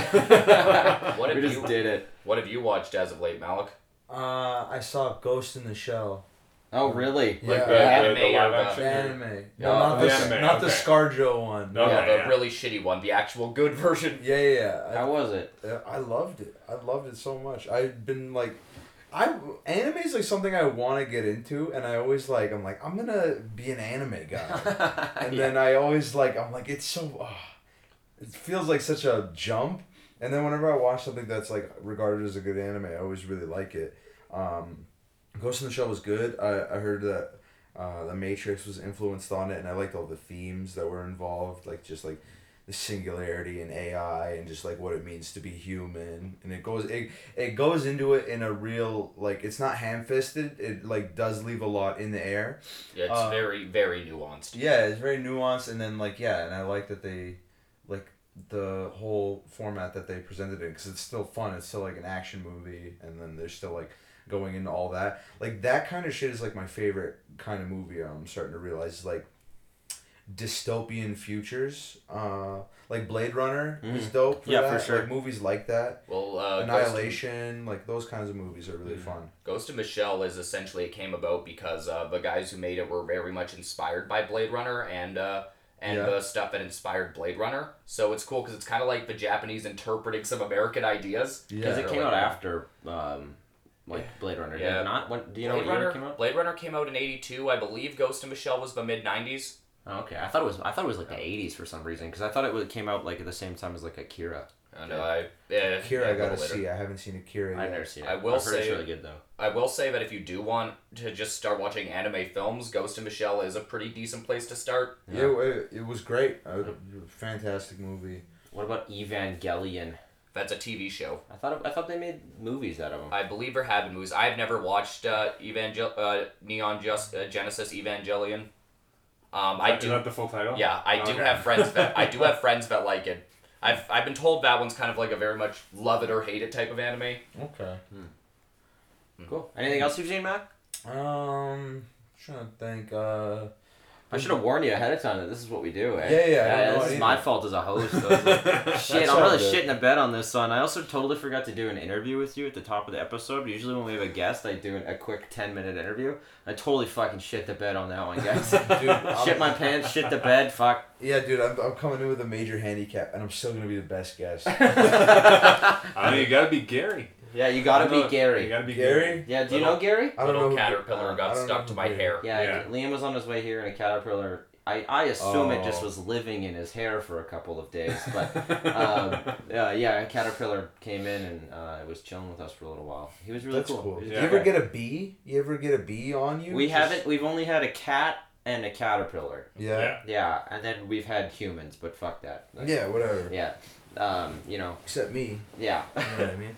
Speaker 5: What
Speaker 2: we
Speaker 5: have
Speaker 2: just
Speaker 5: you-
Speaker 2: did it.
Speaker 5: What have you watched as of late, Malik?
Speaker 3: Uh, I saw Ghost in the Shell.
Speaker 2: Oh, really?
Speaker 3: Yeah.
Speaker 4: Like the,
Speaker 5: Yeah.
Speaker 4: the, the
Speaker 5: Anime
Speaker 4: live
Speaker 5: or the-
Speaker 4: action.
Speaker 3: The anime. No,
Speaker 5: Yeah,
Speaker 3: not the,
Speaker 4: the anime,
Speaker 3: not the
Speaker 4: okay.
Speaker 3: ScarJo one.
Speaker 4: No.
Speaker 5: yeah,
Speaker 4: Okay,
Speaker 5: the
Speaker 4: yeah.
Speaker 5: really shitty one, the actual good version.
Speaker 3: Yeah, yeah, yeah.
Speaker 5: uh,
Speaker 3: I-
Speaker 2: How was it?
Speaker 3: Yeah, I loved it. I loved it so much. I've been like, I anime is like something I want to get into, and I always like I'm like I'm gonna be an anime guy, and then I always like I'm like it's so, ah, it feels like such a jump, and then whenever I watch something that's like regarded as a good anime, I always really like it. Um, Ghost in the Shell was good. I I heard that. Uh, the Matrix was influenced on it, and I liked all the themes that were involved, like just like the singularity and AI and just like what it means to be human and it goes it, it goes into it in a real like it's not ham fisted it like does leave a lot in the air
Speaker 5: Yeah, it's
Speaker 3: Uh,
Speaker 5: very, very nuanced.
Speaker 3: yeah it's very nuanced and then like yeah and I like that they like the whole format that they presented it because it's still fun it's still like an action movie and then there's still like going into all that like that kind of shit is like my favorite kind of movie I'm starting to realize like dystopian futures uh like Blade Runner is dope for
Speaker 2: Yeah,
Speaker 3: that.
Speaker 2: for sure.
Speaker 3: like movies like that
Speaker 5: Well, uh, Ghost,
Speaker 3: Annihilation like those kinds of movies are really fun
Speaker 5: Ghost of Michelle is essentially it came about because uh, the guys who made it were very much inspired by Blade Runner and uh, and
Speaker 3: Yeah.
Speaker 5: the stuff that inspired Blade Runner. So it's cool because it's kind of like the Japanese interpreting some American ideas.
Speaker 3: Yeah.
Speaker 2: Because
Speaker 5: They're
Speaker 2: it came
Speaker 5: like,
Speaker 2: out after, um, like Blade Runner. Did
Speaker 5: Yeah.
Speaker 2: it not? When, do you know
Speaker 5: Blade
Speaker 2: what year
Speaker 5: Runner
Speaker 2: it came out?
Speaker 5: Blade Runner came out in '82, I believe. Ghost of Michelle was the mid '90s.
Speaker 2: Oh, okay, I thought it was. I thought it was like the '80s for some reason. Because I thought it was, came out like at the same time as like Akira.
Speaker 5: And I, eh,
Speaker 3: Akira
Speaker 5: yeah,
Speaker 3: I
Speaker 5: a
Speaker 3: gotta
Speaker 5: little later.
Speaker 3: see I haven't seen Akira
Speaker 2: I've
Speaker 3: yet
Speaker 2: never seen it.
Speaker 5: I will
Speaker 2: I've heard
Speaker 5: say-
Speaker 2: it's really good though.
Speaker 5: I will say that if you do want to just start watching anime films, Ghost in the Shell is a pretty decent place to start.
Speaker 3: yeah it, it was great uh, fantastic movie
Speaker 2: What about Evangelion?
Speaker 5: That's a TV show.
Speaker 2: I thought I thought they made movies out of them.
Speaker 5: I believe there have been movies. I've never watched uh, Evangel- uh, Neon Just- uh, Genesis Evangelion. Um, I
Speaker 4: Is
Speaker 5: do.
Speaker 4: that the full title?
Speaker 5: Yeah, I do
Speaker 4: Okay.
Speaker 5: have friends that I do have friends that like it. I've I've been told that one's kind of like a very much love it or hate it type of anime.
Speaker 3: okay Hmm.
Speaker 2: Cool. Anything else you've seen, Mac?
Speaker 3: Um, trying to think. Uh,
Speaker 2: I should have warned you ahead of time that this is what we do. Eh?
Speaker 3: Yeah, yeah, I don't know
Speaker 2: this is my
Speaker 3: either.
Speaker 2: fault as a host. I was like, shit,
Speaker 3: That's
Speaker 2: I'm
Speaker 3: all
Speaker 2: really
Speaker 3: good.
Speaker 2: shitting the bed on this one. I also totally forgot to do an interview with you at the top of the episode. Usually when we have a guest, I do an- a quick ten minute interview. I totally fucking shit the bed on that one, guys.
Speaker 3: dude,
Speaker 2: shit
Speaker 3: I'm-
Speaker 2: my pants. Shit the bed. Fuck.
Speaker 3: Yeah, dude, I'm, I'm coming in with a major handicap, and I'm still gonna be the best guest.
Speaker 4: I mean, you gotta be Gary.
Speaker 2: Yeah, you gotta
Speaker 4: No,
Speaker 2: be
Speaker 4: You
Speaker 2: Gary.
Speaker 4: gotta be
Speaker 3: Gary?
Speaker 2: Yeah, do you
Speaker 5: Little-
Speaker 2: know Gary?
Speaker 3: I don't know.
Speaker 5: Little
Speaker 3: who-
Speaker 5: caterpillar
Speaker 3: I
Speaker 5: got
Speaker 3: don't
Speaker 5: stuck
Speaker 3: know
Speaker 5: to
Speaker 3: who
Speaker 5: my
Speaker 3: Gary-
Speaker 5: hair.
Speaker 2: Yeah,
Speaker 4: Yeah.
Speaker 2: Liam was on his way here in a caterpillar. I, I assume it just
Speaker 3: Oh.
Speaker 2: was living in his hair for a couple of days, but um, uh, yeah, a caterpillar came in and uh, was chilling with us for a little while. He was really
Speaker 3: That's
Speaker 2: cool.
Speaker 3: cool.
Speaker 2: He was
Speaker 4: Yeah.
Speaker 3: You
Speaker 2: really
Speaker 3: ever
Speaker 2: great.
Speaker 3: get a bee? You ever get a bee on you?
Speaker 2: We
Speaker 3: Just-
Speaker 2: haven't. We've only had a cat and a caterpillar.
Speaker 3: Yeah. Yeah.
Speaker 2: Yeah, and then we've had humans, but fuck that. Like,
Speaker 3: whatever.
Speaker 2: Yeah. Um, you know.
Speaker 3: Except me.
Speaker 2: Yeah.
Speaker 3: You know what I mean?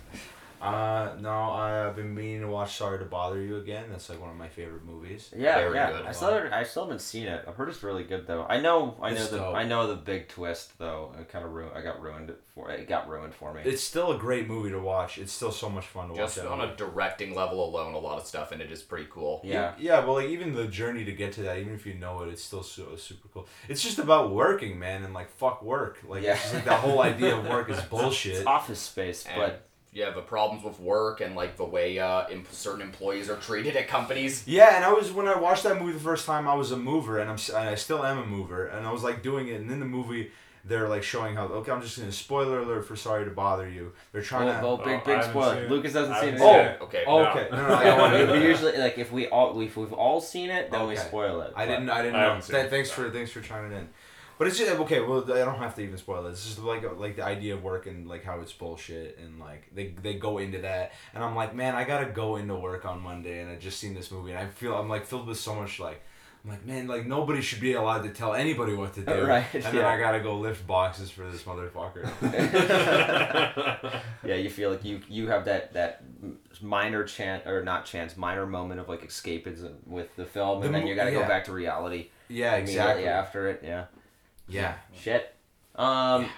Speaker 3: Uh, no, I've been meaning to watch Sorry to Bother You again. That's like one of my favorite movies.
Speaker 2: Yeah,
Speaker 5: Very
Speaker 2: yeah.
Speaker 5: good
Speaker 2: I still, haven't- I still haven't seen it. I've heard it's really good though. I know, I know
Speaker 3: It's
Speaker 2: the,
Speaker 3: dope.
Speaker 2: I know the big twist though. It kind of ruined. I got ruined for. It got ruined for me.
Speaker 3: It's still a great movie to watch. It's still so much fun to
Speaker 5: Just
Speaker 3: watch. that
Speaker 5: on
Speaker 3: movie.
Speaker 5: a directing level alone, a lot of stuff in it is pretty cool.
Speaker 2: yeah.
Speaker 3: Yeah, but like even the journey to get to that, even if you know it, it's still so, uh, super cool. It's just about working, man, and like fuck work. Like
Speaker 2: Yeah.
Speaker 3: it's just like that whole idea of work is
Speaker 2: It's
Speaker 3: bullshit.
Speaker 2: office space,
Speaker 5: And
Speaker 2: but
Speaker 5: yeah, the problems with work and like the way uh, em- certain employees are treated at companies.
Speaker 3: Yeah, and I was when I watched that movie the first time, I was a mover, and I'm s- and I still am a mover, and I was like doing it, and in the movie, they're like showing how okay, I'm just gonna spoiler alert for Sorry to Bother You. They're trying to.
Speaker 4: well,
Speaker 6: Oh, big,
Speaker 4: I
Speaker 6: big
Speaker 4: haven't seen
Speaker 6: spoiler.
Speaker 4: it.
Speaker 6: Lucas hasn't
Speaker 4: I
Speaker 6: seen it.
Speaker 4: haven't
Speaker 6: yet.
Speaker 4: seen
Speaker 5: Oh, okay.
Speaker 3: Oh,
Speaker 4: No.
Speaker 3: okay, no, no,
Speaker 6: No,
Speaker 3: I don't want
Speaker 6: we, we
Speaker 3: to.
Speaker 6: usually like if we all if we've all seen it, then we
Speaker 3: Okay.
Speaker 6: spoil it.
Speaker 3: I didn't. I didn't
Speaker 4: I
Speaker 3: know.
Speaker 4: haven't seen
Speaker 3: Th-
Speaker 4: it.
Speaker 3: thanks for thanks for chiming in. But it's just uh, okay. Well, I don't have to even spoil it. It's just like uh, like the idea of work and like how it's bullshit and like they they go into that and I'm like, man, I gotta go into work on Monday and I just seen this movie and I feel I'm like filled with so much like. I'm like, man, like nobody should be allowed to tell anybody what to do.
Speaker 6: Right,
Speaker 3: And then
Speaker 6: yeah.
Speaker 3: I gotta go lift boxes for this motherfucker.
Speaker 2: Yeah, you feel like you you have that that minor chance or not chance minor moment of like escapism with the film, and
Speaker 3: The
Speaker 2: then
Speaker 3: mo-
Speaker 2: you got to
Speaker 3: yeah.
Speaker 2: go back to reality
Speaker 3: yeah,
Speaker 2: immediately
Speaker 3: exactly.
Speaker 2: after it. Yeah.
Speaker 3: Yeah.
Speaker 2: Shit. Um,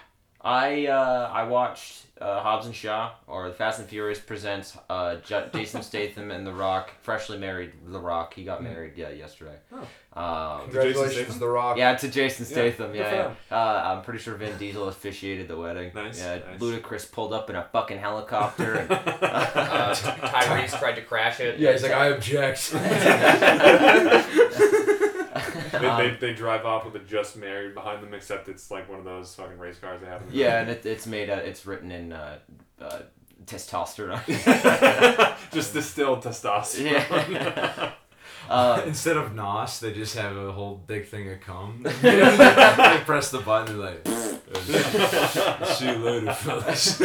Speaker 2: I uh, I watched uh, Hobbs and Shaw or The Fast and Furious presents uh, J- Jason Statham and The Rock, freshly married The Rock. He
Speaker 4: Hmm.
Speaker 2: got married yeah yesterday. Um,
Speaker 3: Congratulations,
Speaker 4: Statham?
Speaker 3: The Rock.
Speaker 2: yeah, to Jason
Speaker 4: Oh. Yeah,
Speaker 2: Statham.
Speaker 4: good
Speaker 2: Yeah,
Speaker 4: for
Speaker 2: yeah.
Speaker 4: him.
Speaker 2: Uh, I'm pretty sure Vin Diesel officiated the wedding.
Speaker 4: Nice,
Speaker 2: Yeah,
Speaker 4: nice.
Speaker 2: Ludacris pulled up in a fucking helicopter. And,
Speaker 5: Uh, Tyrese tried to crash it.
Speaker 3: Yeah, he's like, I object.
Speaker 5: Um,
Speaker 4: They, they, they drive off with a just married behind them, except it's like one of those fucking race cars they have. In the
Speaker 2: yeah, and it, it's made. Uh, it's written in uh, uh, testosterone.
Speaker 4: just distilled testosterone.
Speaker 2: Yeah. uh,
Speaker 3: Instead of nos, they just have a whole big thing of cum. they press the button and like, see you later, fellas.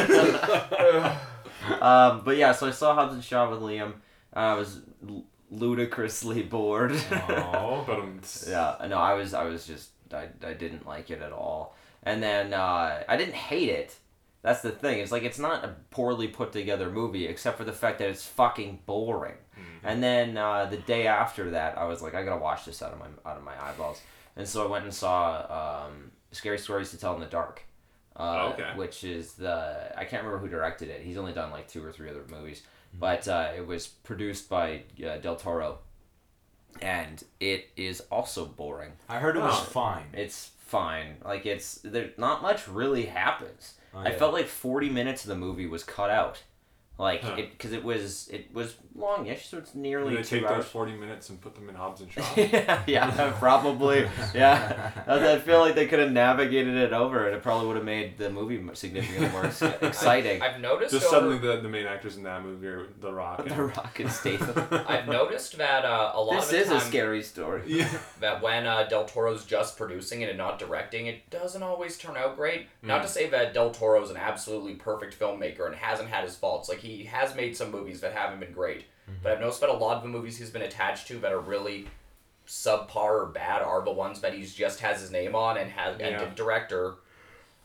Speaker 2: Um, but yeah, so I saw Hobbs and Shaw with Liam. I was l- ludicrously bored.
Speaker 4: Oh, but I'm
Speaker 2: yeah, no, I was, I was just, I, I didn't like it at all. And then uh, I didn't hate it. That's the thing. It's like it's not a poorly put together movie, except for the fact that it's fucking boring. And then uh, the day after that, I was like, I gotta watch this out of my out of my eyeballs. And so I went and saw um, Scary Stories to Tell in the Dark. Uh,
Speaker 4: Oh, Okay.
Speaker 2: Which is the I can't remember who directed it. He's only done like two or three other movies,
Speaker 4: Mm-hmm.
Speaker 2: but uh, it was produced by uh, Del Toro, and it is also boring.
Speaker 3: I heard it was
Speaker 4: Oh.
Speaker 3: fine.
Speaker 2: It's fine. Like it's there. Not much really happens.
Speaker 3: Oh,
Speaker 2: I
Speaker 3: yeah.
Speaker 2: felt like forty minutes of the movie was cut out, like
Speaker 4: Huh.
Speaker 2: it because it was it was longish, so it's nearly
Speaker 4: They
Speaker 2: two
Speaker 4: take
Speaker 2: hours
Speaker 4: those forty minutes and put them in Hobbs and Shaw.
Speaker 2: yeah, yeah, probably. Yeah, I feel like they could have navigated it over, and it probably would have made the movie m- significantly more ex- exciting.
Speaker 5: I've noticed
Speaker 4: Just
Speaker 5: over-
Speaker 4: suddenly, the, the main actors in that movie are The Rock.
Speaker 2: the Rock and Statham.
Speaker 5: I've noticed that uh, a lot
Speaker 2: This
Speaker 5: of the
Speaker 2: is a
Speaker 5: time-
Speaker 2: scary story.
Speaker 4: yeah.
Speaker 5: that when uh, Del Toro's just producing it and not directing, it doesn't always turn out great. Not
Speaker 4: Hmm.
Speaker 5: to say that Del Toro's an absolutely perfect filmmaker and hasn't had his faults. Like he has made some movies that haven't been great,
Speaker 4: Hmm.
Speaker 5: but I've noticed that a lot of the movies he's been attached to that are really subpar or bad are the ones that he's just has his name on and has and
Speaker 4: Yeah.
Speaker 5: did director,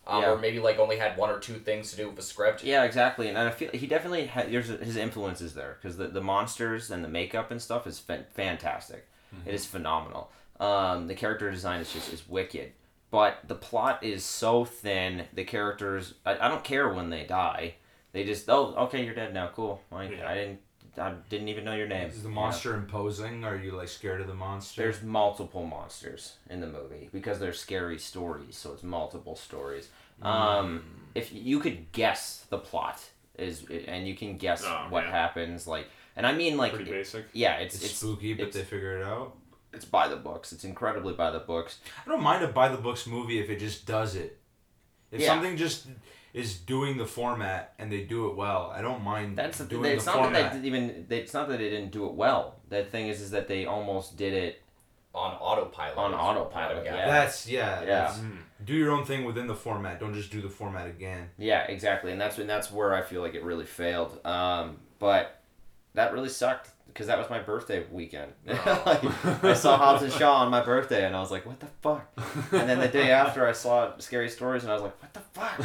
Speaker 5: um,
Speaker 2: Yeah.
Speaker 5: or maybe like only had one or two things to do with the script.
Speaker 2: Yeah, exactly, and I feel he definitely ha- there's his influence is there because the the monsters and the makeup and stuff is fan- fantastic.
Speaker 3: Mm-hmm.
Speaker 2: It is phenomenal. Um, the character design is just is wicked, but the plot is so thin. The characters, I, I don't care when they die. They just oh okay you're dead now cool. Like
Speaker 4: Yeah.
Speaker 2: I didn't I didn't even know your name.
Speaker 3: Is the
Speaker 2: Yeah.
Speaker 3: monster imposing? Are you like scared of the monster?
Speaker 2: There's multiple monsters in the movie because they're scary stories, so it's multiple stories. Um, if you could guess the plot is, and you can guess
Speaker 4: Oh,
Speaker 2: what
Speaker 4: yeah.
Speaker 2: happens, like, and I mean like,
Speaker 4: Pretty
Speaker 2: it-
Speaker 4: basic.
Speaker 2: yeah, it's
Speaker 3: it's,
Speaker 2: it's
Speaker 3: spooky, but
Speaker 2: it's-
Speaker 3: they figure it out.
Speaker 2: it's by the books. It's incredibly by the books.
Speaker 3: I don't mind a by the books movie if it just does it. If
Speaker 2: Yeah.
Speaker 3: something just is doing the format and they do it well, I don't mind.
Speaker 2: That's the thing.
Speaker 3: doing
Speaker 2: It's
Speaker 3: the
Speaker 2: not that
Speaker 3: format.
Speaker 2: they didn't even. They, it's not that they didn't do it well. The thing is, is that they almost did it
Speaker 5: on autopilot.
Speaker 2: On
Speaker 5: is what
Speaker 2: autopilot,
Speaker 5: Adam got.
Speaker 2: yeah.
Speaker 3: That's yeah.
Speaker 2: Yeah.
Speaker 3: that's- mm. Do your own thing within the format. Don't just do the format again.
Speaker 2: Yeah, exactly, and that's and that's where I feel like it really failed. Um, but that really sucked because that was my birthday weekend.
Speaker 4: Oh.
Speaker 2: Like, I saw Hobbs and Shaw on my birthday, and I was like, "What the fuck?" And then the day after, I saw Scary Stories, and I was like, "What the fuck?"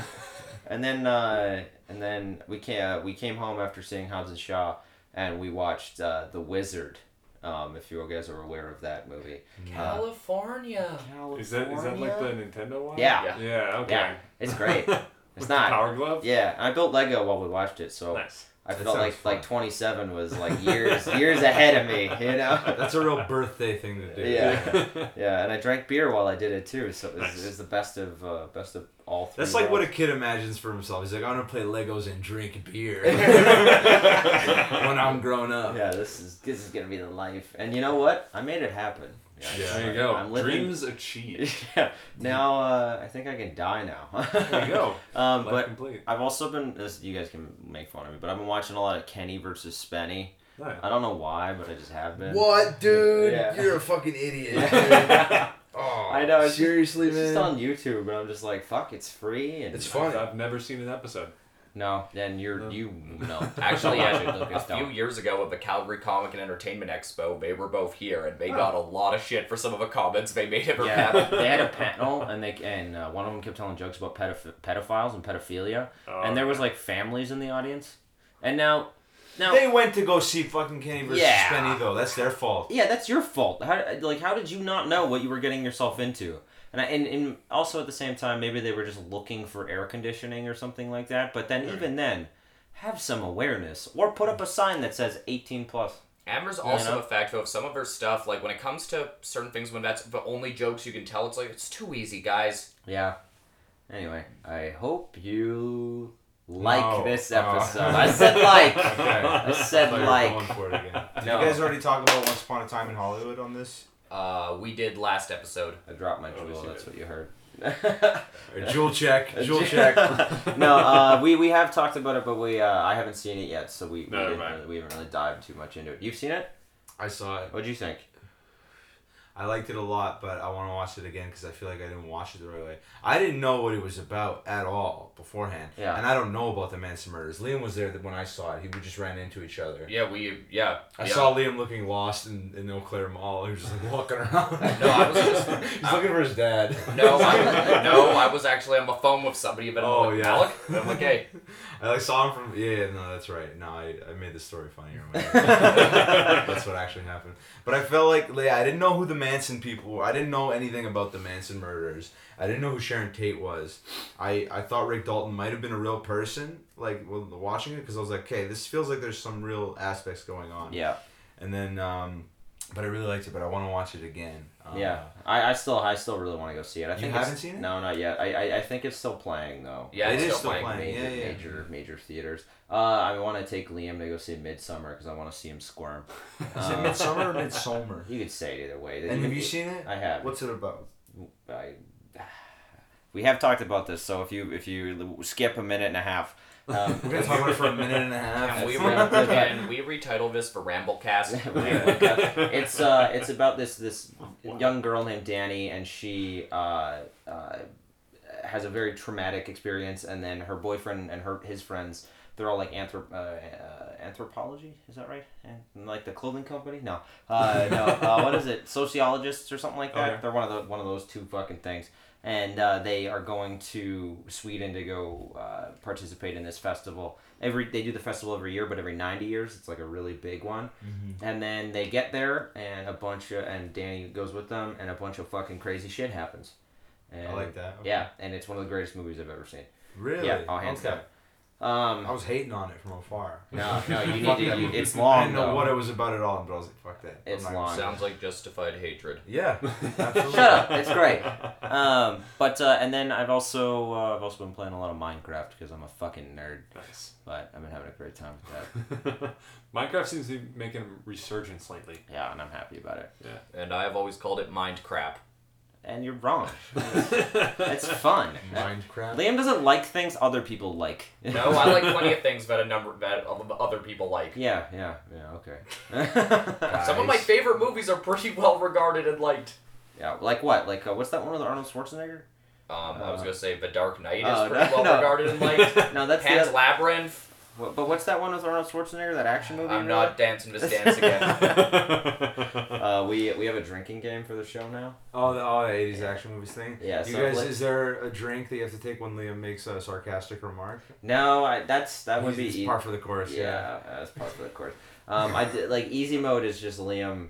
Speaker 2: And then uh, and then we came uh, we came home after seeing Hobbs and Shaw, and we watched uh, The Wizard. Um, if you guys are aware of that movie, Uh,
Speaker 5: California.
Speaker 4: Is that is that like the Nintendo one?
Speaker 2: Yeah.
Speaker 4: Yeah. Okay.
Speaker 2: yeah, it's great. It's
Speaker 4: With the
Speaker 2: not.
Speaker 4: Power Glove.
Speaker 2: Yeah, I built Lego while we watched it, so
Speaker 4: Nice.
Speaker 2: I
Speaker 3: That
Speaker 2: felt
Speaker 3: sounds
Speaker 2: like like
Speaker 3: fun.
Speaker 2: 27 was like years years ahead of me, you know.
Speaker 3: That's a real birthday thing to do.
Speaker 2: Yeah, yeah, and I drank beer while I did it too, so it was,
Speaker 4: Nice.
Speaker 2: it was the best of uh, best of all three.
Speaker 3: That's like what a
Speaker 2: worlds.
Speaker 3: kid imagines for himself. He's like, I'm gonna play Legos and drink beer. when I'm grown up.
Speaker 2: Yeah, this is this is gonna be the life. And you know what? I made it happen. Yeah,
Speaker 4: There you go.
Speaker 2: I'm living-
Speaker 4: Dreams achieved.
Speaker 2: yeah. Now uh, I think I can die now.
Speaker 4: There you go.
Speaker 2: Um,
Speaker 4: Life
Speaker 2: but
Speaker 4: complete.
Speaker 2: I've also been. This, you guys can make fun of me, but I've been watching a lot of Kenny versus Spenny.
Speaker 4: Nice.
Speaker 2: I don't know why, but I just have been.
Speaker 3: What, dude?
Speaker 2: Yeah.
Speaker 3: You're a fucking idiot.
Speaker 2: Yeah.
Speaker 3: dude. oh,
Speaker 2: I know, it's-
Speaker 3: seriously,
Speaker 2: It's
Speaker 3: man.
Speaker 2: just on YouTube, and I'm just like, fuck, it's free. And
Speaker 3: It's
Speaker 4: I've,
Speaker 3: funny.
Speaker 4: I've never seen an episode.
Speaker 2: no, then you're
Speaker 4: No.
Speaker 2: you no.
Speaker 5: Actually,
Speaker 2: I
Speaker 5: actually,
Speaker 2: should look
Speaker 5: a
Speaker 2: this
Speaker 5: few
Speaker 2: down.
Speaker 5: years ago at the Calgary Comic and Entertainment Expo, they were both here, and they got a lot of shit for some of the comments they made at her
Speaker 2: Yeah,
Speaker 5: panel.
Speaker 2: they had a panel, and they and uh, one of them kept telling jokes about pedoph- pedophiles and pedophilia,
Speaker 4: Oh,
Speaker 2: and there was like families in the audience, and now, now
Speaker 3: They went to go see fucking Kenny versus
Speaker 2: Yeah.
Speaker 3: Spenny though. That's their fault.
Speaker 2: Yeah, that's your fault. How like how did you not know what you were getting yourself into? And I, and, and also at the same time, maybe they were just looking for air conditioning or something like that. But then
Speaker 3: Hmm.
Speaker 2: even then, have some awareness or put up a sign that says eighteen plus.
Speaker 5: Amber's also
Speaker 2: know?
Speaker 5: a fact of some of her stuff. Like when it comes to certain things, when that's the only jokes you can tell, it's like it's too easy, guys.
Speaker 2: Yeah. Anyway, I hope you like
Speaker 3: No.
Speaker 2: this
Speaker 3: Oh.
Speaker 2: episode. I said like.
Speaker 3: Okay.
Speaker 2: I said
Speaker 3: Thought you were going
Speaker 2: like.
Speaker 3: for it again. Did
Speaker 2: No.
Speaker 3: you guys already talk about Once Upon a Time in Hollywood on this?
Speaker 5: Uh, we did last episode.
Speaker 2: I dropped my
Speaker 4: Oh, we
Speaker 2: jewel.
Speaker 4: see
Speaker 2: That's
Speaker 4: it.
Speaker 2: what you heard.
Speaker 3: Jewel check. Jewel check.
Speaker 2: no, uh, we we have talked about it, but we uh, I haven't seen it yet, so we we,
Speaker 4: No, never
Speaker 2: didn't
Speaker 4: mind.
Speaker 2: really, we haven't really dived too much into it. You've seen it?
Speaker 3: I saw it.
Speaker 2: What'd you think?
Speaker 3: I liked it a lot, but I want to watch it again because I feel like I didn't watch it the right way. I didn't know what it was about at all beforehand.
Speaker 2: Yeah.
Speaker 3: And I don't know about the Manson murders. Liam was there when I saw it. He we just ran into each other.
Speaker 5: Yeah, we yeah.
Speaker 3: I
Speaker 5: yeah.
Speaker 3: saw Liam looking lost in, in Eau Claire Mall. He was just like walking around.
Speaker 5: No, I was just-
Speaker 3: He's looking for his dad.
Speaker 5: No, I, no, I was actually on the phone with somebody about
Speaker 3: Oh,
Speaker 5: like,
Speaker 3: yeah.
Speaker 5: Alec. And I'm like, hey,
Speaker 3: I like saw him from yeah no that's right no I, I made the story funnier when I- that's what actually happened but I felt like yeah I didn't know who the Manson people were I didn't know anything about the Manson murders I didn't know who Sharon Tate was I I thought Rick Dalton might have been a real person like when watching it because I was like okay this feels like there's some real aspects going on
Speaker 2: Yeah,
Speaker 3: and then um but I really liked it but I want to watch it again uh,
Speaker 2: yeah. I, I still I still really want to go see it. I
Speaker 3: You
Speaker 2: think
Speaker 3: haven't
Speaker 2: it's-
Speaker 3: seen it?
Speaker 2: No, not yet. I, I, I think it's still playing though.
Speaker 5: yeah,
Speaker 3: It
Speaker 5: it's
Speaker 3: is
Speaker 5: still
Speaker 3: still
Speaker 5: playing.
Speaker 3: playing.
Speaker 2: Major,
Speaker 3: yeah, yeah.
Speaker 2: major, major theaters. Uh, I want to take Liam to go see Midsummer because I want to see him squirm.
Speaker 3: is it
Speaker 2: Um,
Speaker 3: Midsummer or Midsummer
Speaker 2: you could say it either way.
Speaker 3: and have you seen it
Speaker 2: I have.
Speaker 3: what's it about
Speaker 2: I, we have talked about this, so if you if you skip a minute and a half, um,
Speaker 3: we're gonna talk about it for a minute and a half
Speaker 5: And we, re- and we retitled this for Ramblecast.
Speaker 2: it's uh, it's about this this young girl named Danny, and she uh, uh, has a very traumatic experience, and then her boyfriend and her his friends, they're all like anthrop uh, uh, anthropology, is that right? And, like the clothing company? No, uh, no. Uh, what is it? Sociologists or something like that?
Speaker 4: Okay.
Speaker 2: They're one of the one of those two fucking things. And uh, they are going to Sweden to go uh, participate in this festival. Every they do the festival every year, but every ninety years, it's like a really big one.
Speaker 3: Mm-hmm.
Speaker 2: And then they get there, and a bunch of and Danny goes with them, and a bunch of fucking crazy shit happens. And,
Speaker 3: I like that okay.
Speaker 2: Yeah, and it's one of the greatest movies I've ever seen.
Speaker 3: Really?
Speaker 2: Yeah, all hands down.
Speaker 3: I
Speaker 2: Um,
Speaker 3: was hating on it from afar.
Speaker 2: no, no, you need
Speaker 3: Fuck
Speaker 2: to.
Speaker 3: that
Speaker 2: You,
Speaker 3: movie.
Speaker 2: it's
Speaker 3: I
Speaker 2: long
Speaker 3: didn't know
Speaker 2: though.
Speaker 3: what it was about at all, but I was like, fuck that. I'm
Speaker 2: It's
Speaker 3: not
Speaker 2: long.
Speaker 3: gonna
Speaker 5: Sounds like justified hatred.
Speaker 3: see it. Yeah, absolutely.
Speaker 2: Shut up! It's great. Um, but uh, and then I've also uh, I've also been playing a lot of Minecraft because I'm a fucking nerd.
Speaker 4: Nice.
Speaker 2: But I've been having a great time with that.
Speaker 4: Minecraft seems to be making a resurgence lately.
Speaker 2: Yeah, and I'm happy about it.
Speaker 5: And I have always called it mind crap.
Speaker 2: And you're wrong. It's fun.
Speaker 3: Minecraft.
Speaker 2: Liam doesn't like things other people like.
Speaker 5: No, I like plenty of things that a number that o- other people like.
Speaker 2: Yeah, yeah, yeah. Okay.
Speaker 5: Some of my
Speaker 3: Guys.
Speaker 5: favorite movies are pretty well regarded and liked.
Speaker 2: yeah, like what? Like uh, what's that one with Arnold Schwarzenegger?
Speaker 5: Um, I was gonna say The Dark Knight is
Speaker 2: Uh, oh,
Speaker 5: pretty
Speaker 2: no,
Speaker 5: well
Speaker 2: no.
Speaker 5: regarded and liked.
Speaker 2: No, that's
Speaker 5: Pan's
Speaker 2: the. Other,
Speaker 5: Labyrinth.
Speaker 2: wha- but what's that one with Arnold Schwarzenegger? That action movie?
Speaker 5: I'm
Speaker 2: you
Speaker 5: not dancing this dance again.
Speaker 2: really- Uh, we we have a drinking game for the show now.
Speaker 3: Oh, the, oh, the 80s action movies thing.
Speaker 2: Yeah,
Speaker 3: You
Speaker 2: so
Speaker 3: guys,
Speaker 2: like-
Speaker 3: is there a drink that you have to take when Liam makes a sarcastic remark?
Speaker 2: No, I, that's that would be
Speaker 3: It's
Speaker 2: easy.
Speaker 3: par for the course.
Speaker 2: Yeah, that's part of the course. Um, I did, like easy mode is just Liam.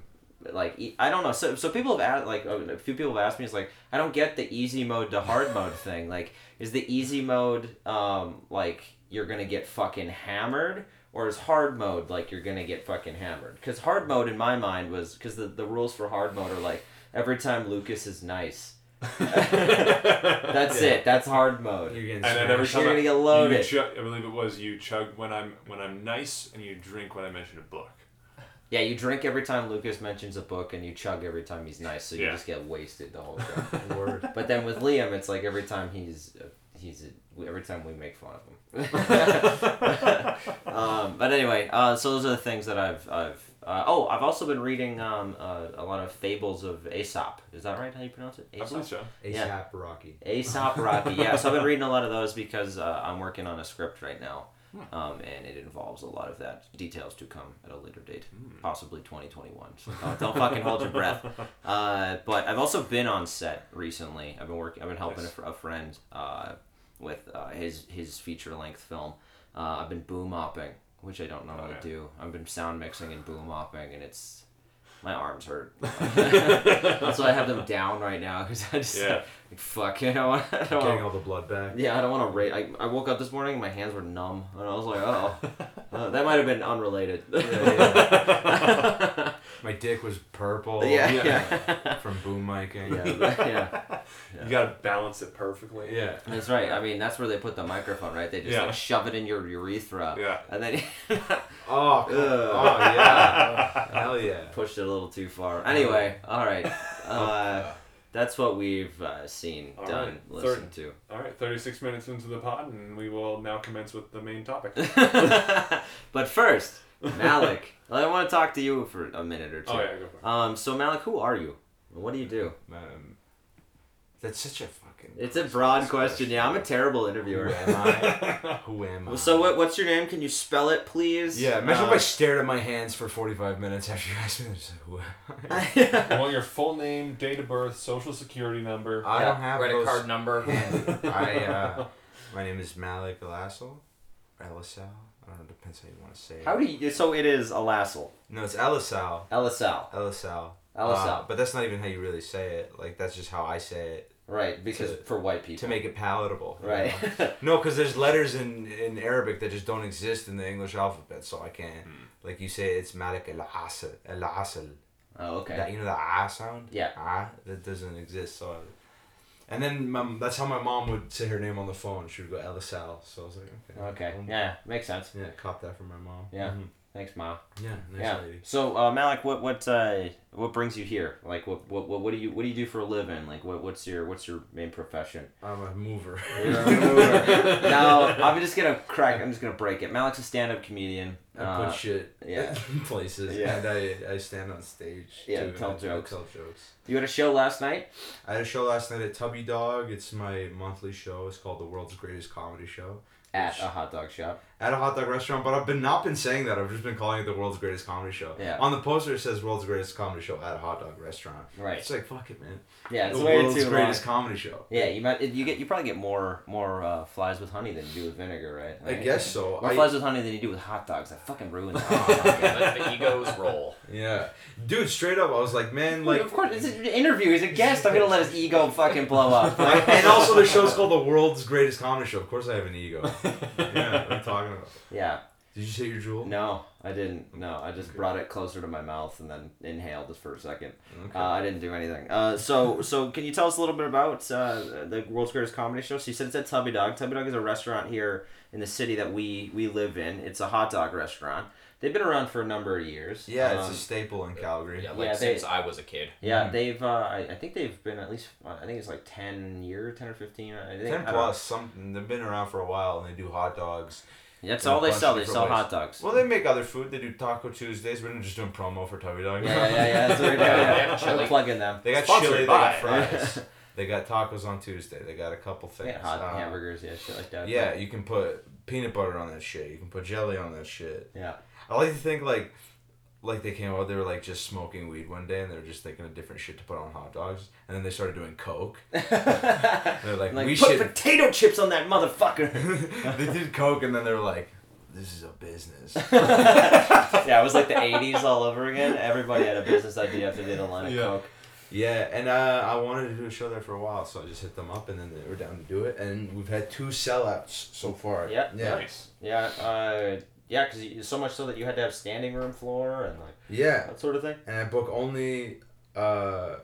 Speaker 2: Like e- I don't know. So so people have asked, like a few people have asked me, is like I don't get the easy mode to hard mode thing. Like is the easy mode um like you're gonna get fucking hammered. Or is hard mode like you're gonna get fucking hammered? Because hard mode in my mind was because the, the rules for hard mode are like every time Lucas is nice, That's it. That's hard mode.
Speaker 3: You're getting
Speaker 4: And then
Speaker 3: smashed.
Speaker 4: every time
Speaker 2: You're
Speaker 4: I-
Speaker 2: gonna get
Speaker 4: You
Speaker 2: loaded.
Speaker 4: chug, I believe it was you chug when I'm when I'm nice and you drink when I mention a book.
Speaker 2: Yeah, you drink every time Lucas mentions a book, and you chug every time he's nice, so you
Speaker 4: Yeah.
Speaker 2: just get wasted the whole time.
Speaker 3: Word.
Speaker 2: But then with Liam, it's like every time he's uh, he's a, every time we make fun of him. um, but anyway, uh, so those are the things that I've I've uh, oh I've also been reading um, uh, a lot of fables of Aesop. Is that right? How you pronounce it?
Speaker 4: I believe so.
Speaker 3: ASAP
Speaker 2: Yeah.
Speaker 3: Rocky.
Speaker 2: Aesop Rocky. Yeah, so I've been reading a lot of those because uh, I'm working on a script right now,
Speaker 4: Hmm.
Speaker 2: um, and it involves a lot of that details to come at a later date,
Speaker 4: Hmm.
Speaker 2: possibly 2021. So don't, don't fucking hold your breath. Uh, but I've also been on set recently. I've been working. I've been helping a, fr- a friend uh, with uh, his his feature length film. Uh, I've been boom mopping, which I don't know how
Speaker 4: Oh, yeah.
Speaker 2: to do. I've been sound mixing and boom mopping, and it's my arms hurt. That's why I have them down right now because I just
Speaker 4: Yeah.
Speaker 2: like, fuck. I don't want.
Speaker 4: Oh.
Speaker 2: I don't
Speaker 3: Getting
Speaker 2: wanna,
Speaker 3: all the blood back.
Speaker 2: yeah, I don't want to rate. I, I woke up this morning and my hands were numb, and I was like, oh, uh, that might have been unrelated. yeah,
Speaker 3: My dick was purple.
Speaker 4: Oh,
Speaker 2: yeah, yeah.
Speaker 3: From boom micing.
Speaker 2: yeah.
Speaker 4: You gotta balance it perfectly.
Speaker 3: Yeah.
Speaker 2: That's right. I mean, that's where they put the microphone, right? They just
Speaker 4: Yeah.
Speaker 2: like shove it in your urethra,
Speaker 4: Yeah.
Speaker 2: and then
Speaker 3: Oh, cool.
Speaker 2: Ugh.
Speaker 3: oh yeah. Hell yeah.
Speaker 2: pushed it a little too far. Anyway, all right. Uh, that's what we've uh, seen,
Speaker 4: Oh, All
Speaker 2: done,
Speaker 4: right.
Speaker 2: listened to.
Speaker 4: All right, 36 minutes into the pod, and we will now commence with the main topic.
Speaker 2: but first, Malik, I want to talk to you for a minute or two.
Speaker 4: Oh yeah, go for it.
Speaker 2: Um, so Malik, who are you? What do you do?
Speaker 3: Um, that's such a fucking.
Speaker 2: It's a broad question. Yeah, I'm a terrible interviewer.
Speaker 3: Who am I? Who am I?
Speaker 2: Well, So what, what's your name? Can you spell it, please?
Speaker 3: Yeah, imagine
Speaker 2: Uh,
Speaker 3: if I stared at my hands for 45 minutes after you asked me this. Who am
Speaker 2: Uh,
Speaker 3: I?
Speaker 4: I want your full name, date of birth, social security number.
Speaker 3: I don't
Speaker 5: Yeah,
Speaker 3: have
Speaker 5: credit
Speaker 3: those
Speaker 5: card number.
Speaker 3: handy. I, uh, my name is Malik Alassel. Elisal? I don't know, depends how you want to say it.
Speaker 2: How do you? So it is Alassal.
Speaker 3: No, it's Elisal.
Speaker 2: Elisal.
Speaker 3: Elisal.
Speaker 2: Elisal.
Speaker 3: Uh, but that's not even how you really say it. Like, that's just how I say it
Speaker 2: right, because
Speaker 3: to-
Speaker 2: for white people.
Speaker 3: to make it palatable. you
Speaker 2: right.
Speaker 3: know? No, because there's letters in, in Arabic that just don't exist in the English alphabet, so I can't.
Speaker 2: Hmm.
Speaker 3: Like you say, it's Malik El Asal. El Asal.
Speaker 2: oh, okay.
Speaker 3: That, you know the ah sound?
Speaker 2: Yeah.
Speaker 3: Ah, that doesn't exist. So, I- and then my, that's how my mom would say her name on the phone. She would go Ella Sal. So I was like, okay.
Speaker 2: okay.
Speaker 3: Um,
Speaker 2: Yeah, makes sense.
Speaker 3: Yeah, caught that from my mom.
Speaker 2: Yeah.
Speaker 3: Mhm.
Speaker 2: Thanks, Ma.
Speaker 3: Yeah, nice
Speaker 2: yeah.
Speaker 3: lady.
Speaker 2: So, uh, Malik, what what uh, what brings you here? Like, what, what what what do you what do you do for a living? Like, what what's your what's your main profession?
Speaker 3: I'm a mover.
Speaker 2: now, I'm just gonna crack. I'm just gonna break it. Malik's a stand-up comedian.
Speaker 3: I
Speaker 2: Uh,
Speaker 3: put shit
Speaker 2: yeah.
Speaker 3: in places.
Speaker 2: Yeah.
Speaker 3: And I, I stand on stage.
Speaker 2: Yeah,
Speaker 3: too, and
Speaker 2: tell
Speaker 3: I- I
Speaker 2: jokes.
Speaker 3: tell jokes.
Speaker 2: you had a show last night.
Speaker 3: I had a show last night at Tubby Dog. It's my monthly show. It's called The World's Greatest Comedy Show.
Speaker 2: At a hot dog shop.
Speaker 3: at a hot dog restaurant, but I've been not been saying that. I've just been calling it the world's greatest comedy show.
Speaker 2: Yeah.
Speaker 3: On the poster it says world's greatest comedy show at a hot dog restaurant.
Speaker 2: Right.
Speaker 3: It's like fuck it, man.
Speaker 2: Yeah, it's
Speaker 3: the
Speaker 2: way
Speaker 3: world's
Speaker 2: too long.
Speaker 3: greatest comedy show.
Speaker 2: Yeah, you might you get you probably get more more uh, flies with honey than you do with vinegar, right?
Speaker 3: I guess so.
Speaker 2: more
Speaker 3: I- Oh,
Speaker 2: flies with honey than you do with hot dogs. I fucking ruined
Speaker 5: Okay,
Speaker 2: that.
Speaker 5: let the egos roll.
Speaker 3: yeah, dude. Straight up, I was like, man, like.
Speaker 2: of course, it's an interview. He's a guest. I'm gonna let his ego fucking blow up.
Speaker 3: and also, the show's called the world's greatest comedy show. Of course, I have an ego. yeah, what are you talking about?
Speaker 2: yeah,
Speaker 3: Did you say your jewel?
Speaker 2: no, I didn't. No, I just brought it closer to my mouth and then inhaled it for a second.
Speaker 3: Okay.
Speaker 2: Uh, I didn't do anything. Uh, so, so can you tell us a little bit about uh, the world's greatest comedy show? So you said it's at Tubby Dog. Tubby Dog is a restaurant here in the city that we we live in. It's a hot dog restaurant. They've been around for a number of years.
Speaker 3: yeah, it's Hmm.
Speaker 2: Um,
Speaker 3: a staple in Calgary.
Speaker 5: Yeah, like
Speaker 2: Yeah, they-
Speaker 5: since I was a kid.
Speaker 2: yeah. They've uh, I, I think they've been at least I think it's like ten year, ten or fifteen. I think,
Speaker 3: Ten
Speaker 2: I don't
Speaker 3: plus something. They've been around for a while, and they do hot dogs.
Speaker 2: know. That's
Speaker 3: in a
Speaker 2: all they
Speaker 3: bunch
Speaker 2: sell.
Speaker 3: of
Speaker 2: They sell
Speaker 3: different ways.
Speaker 2: hot dogs.
Speaker 3: Well, they make other food. They do Taco Tuesdays. We're not just doing promo for Tubby Dog.
Speaker 2: yeah, yeah, yeah, yeah. That's what we're doing.
Speaker 5: They
Speaker 2: Yeah.
Speaker 5: have chili.
Speaker 2: plugging them.
Speaker 3: They got
Speaker 5: Sponsored
Speaker 3: chili.
Speaker 5: by-
Speaker 3: They got fries. they got tacos on Tuesday. They got a couple
Speaker 2: They
Speaker 3: things.
Speaker 2: got hot
Speaker 3: Uh,
Speaker 2: hamburgers, yeah, shit like that.
Speaker 3: Yeah, you can put peanut butter on that shit. You can put jelly on that shit.
Speaker 2: Yeah.
Speaker 3: I like to think like, like they came out. They were like just smoking weed one day, and they were just thinking of different shit to put on hot dogs. And then they started doing coke. They're like,
Speaker 2: like
Speaker 3: we
Speaker 2: put
Speaker 3: should.
Speaker 2: potato chips on that motherfucker.
Speaker 3: they did coke, and then they were like, this is a business.
Speaker 2: yeah, it was like the '80s all over again. Everybody had a business idea after they did a line of
Speaker 4: Yeah.
Speaker 2: coke.
Speaker 3: Yeah, and uh, I wanted to do a show there for a while, so I just hit them up, and then they were down to do it, and we've had two sellouts so far.
Speaker 2: Yeah.
Speaker 3: yeah,
Speaker 4: Nice.
Speaker 2: Yeah, uh, yeah, because so much so that you had to have standing room floor and like
Speaker 3: yeah.
Speaker 2: that sort of thing.
Speaker 3: And I book only uh,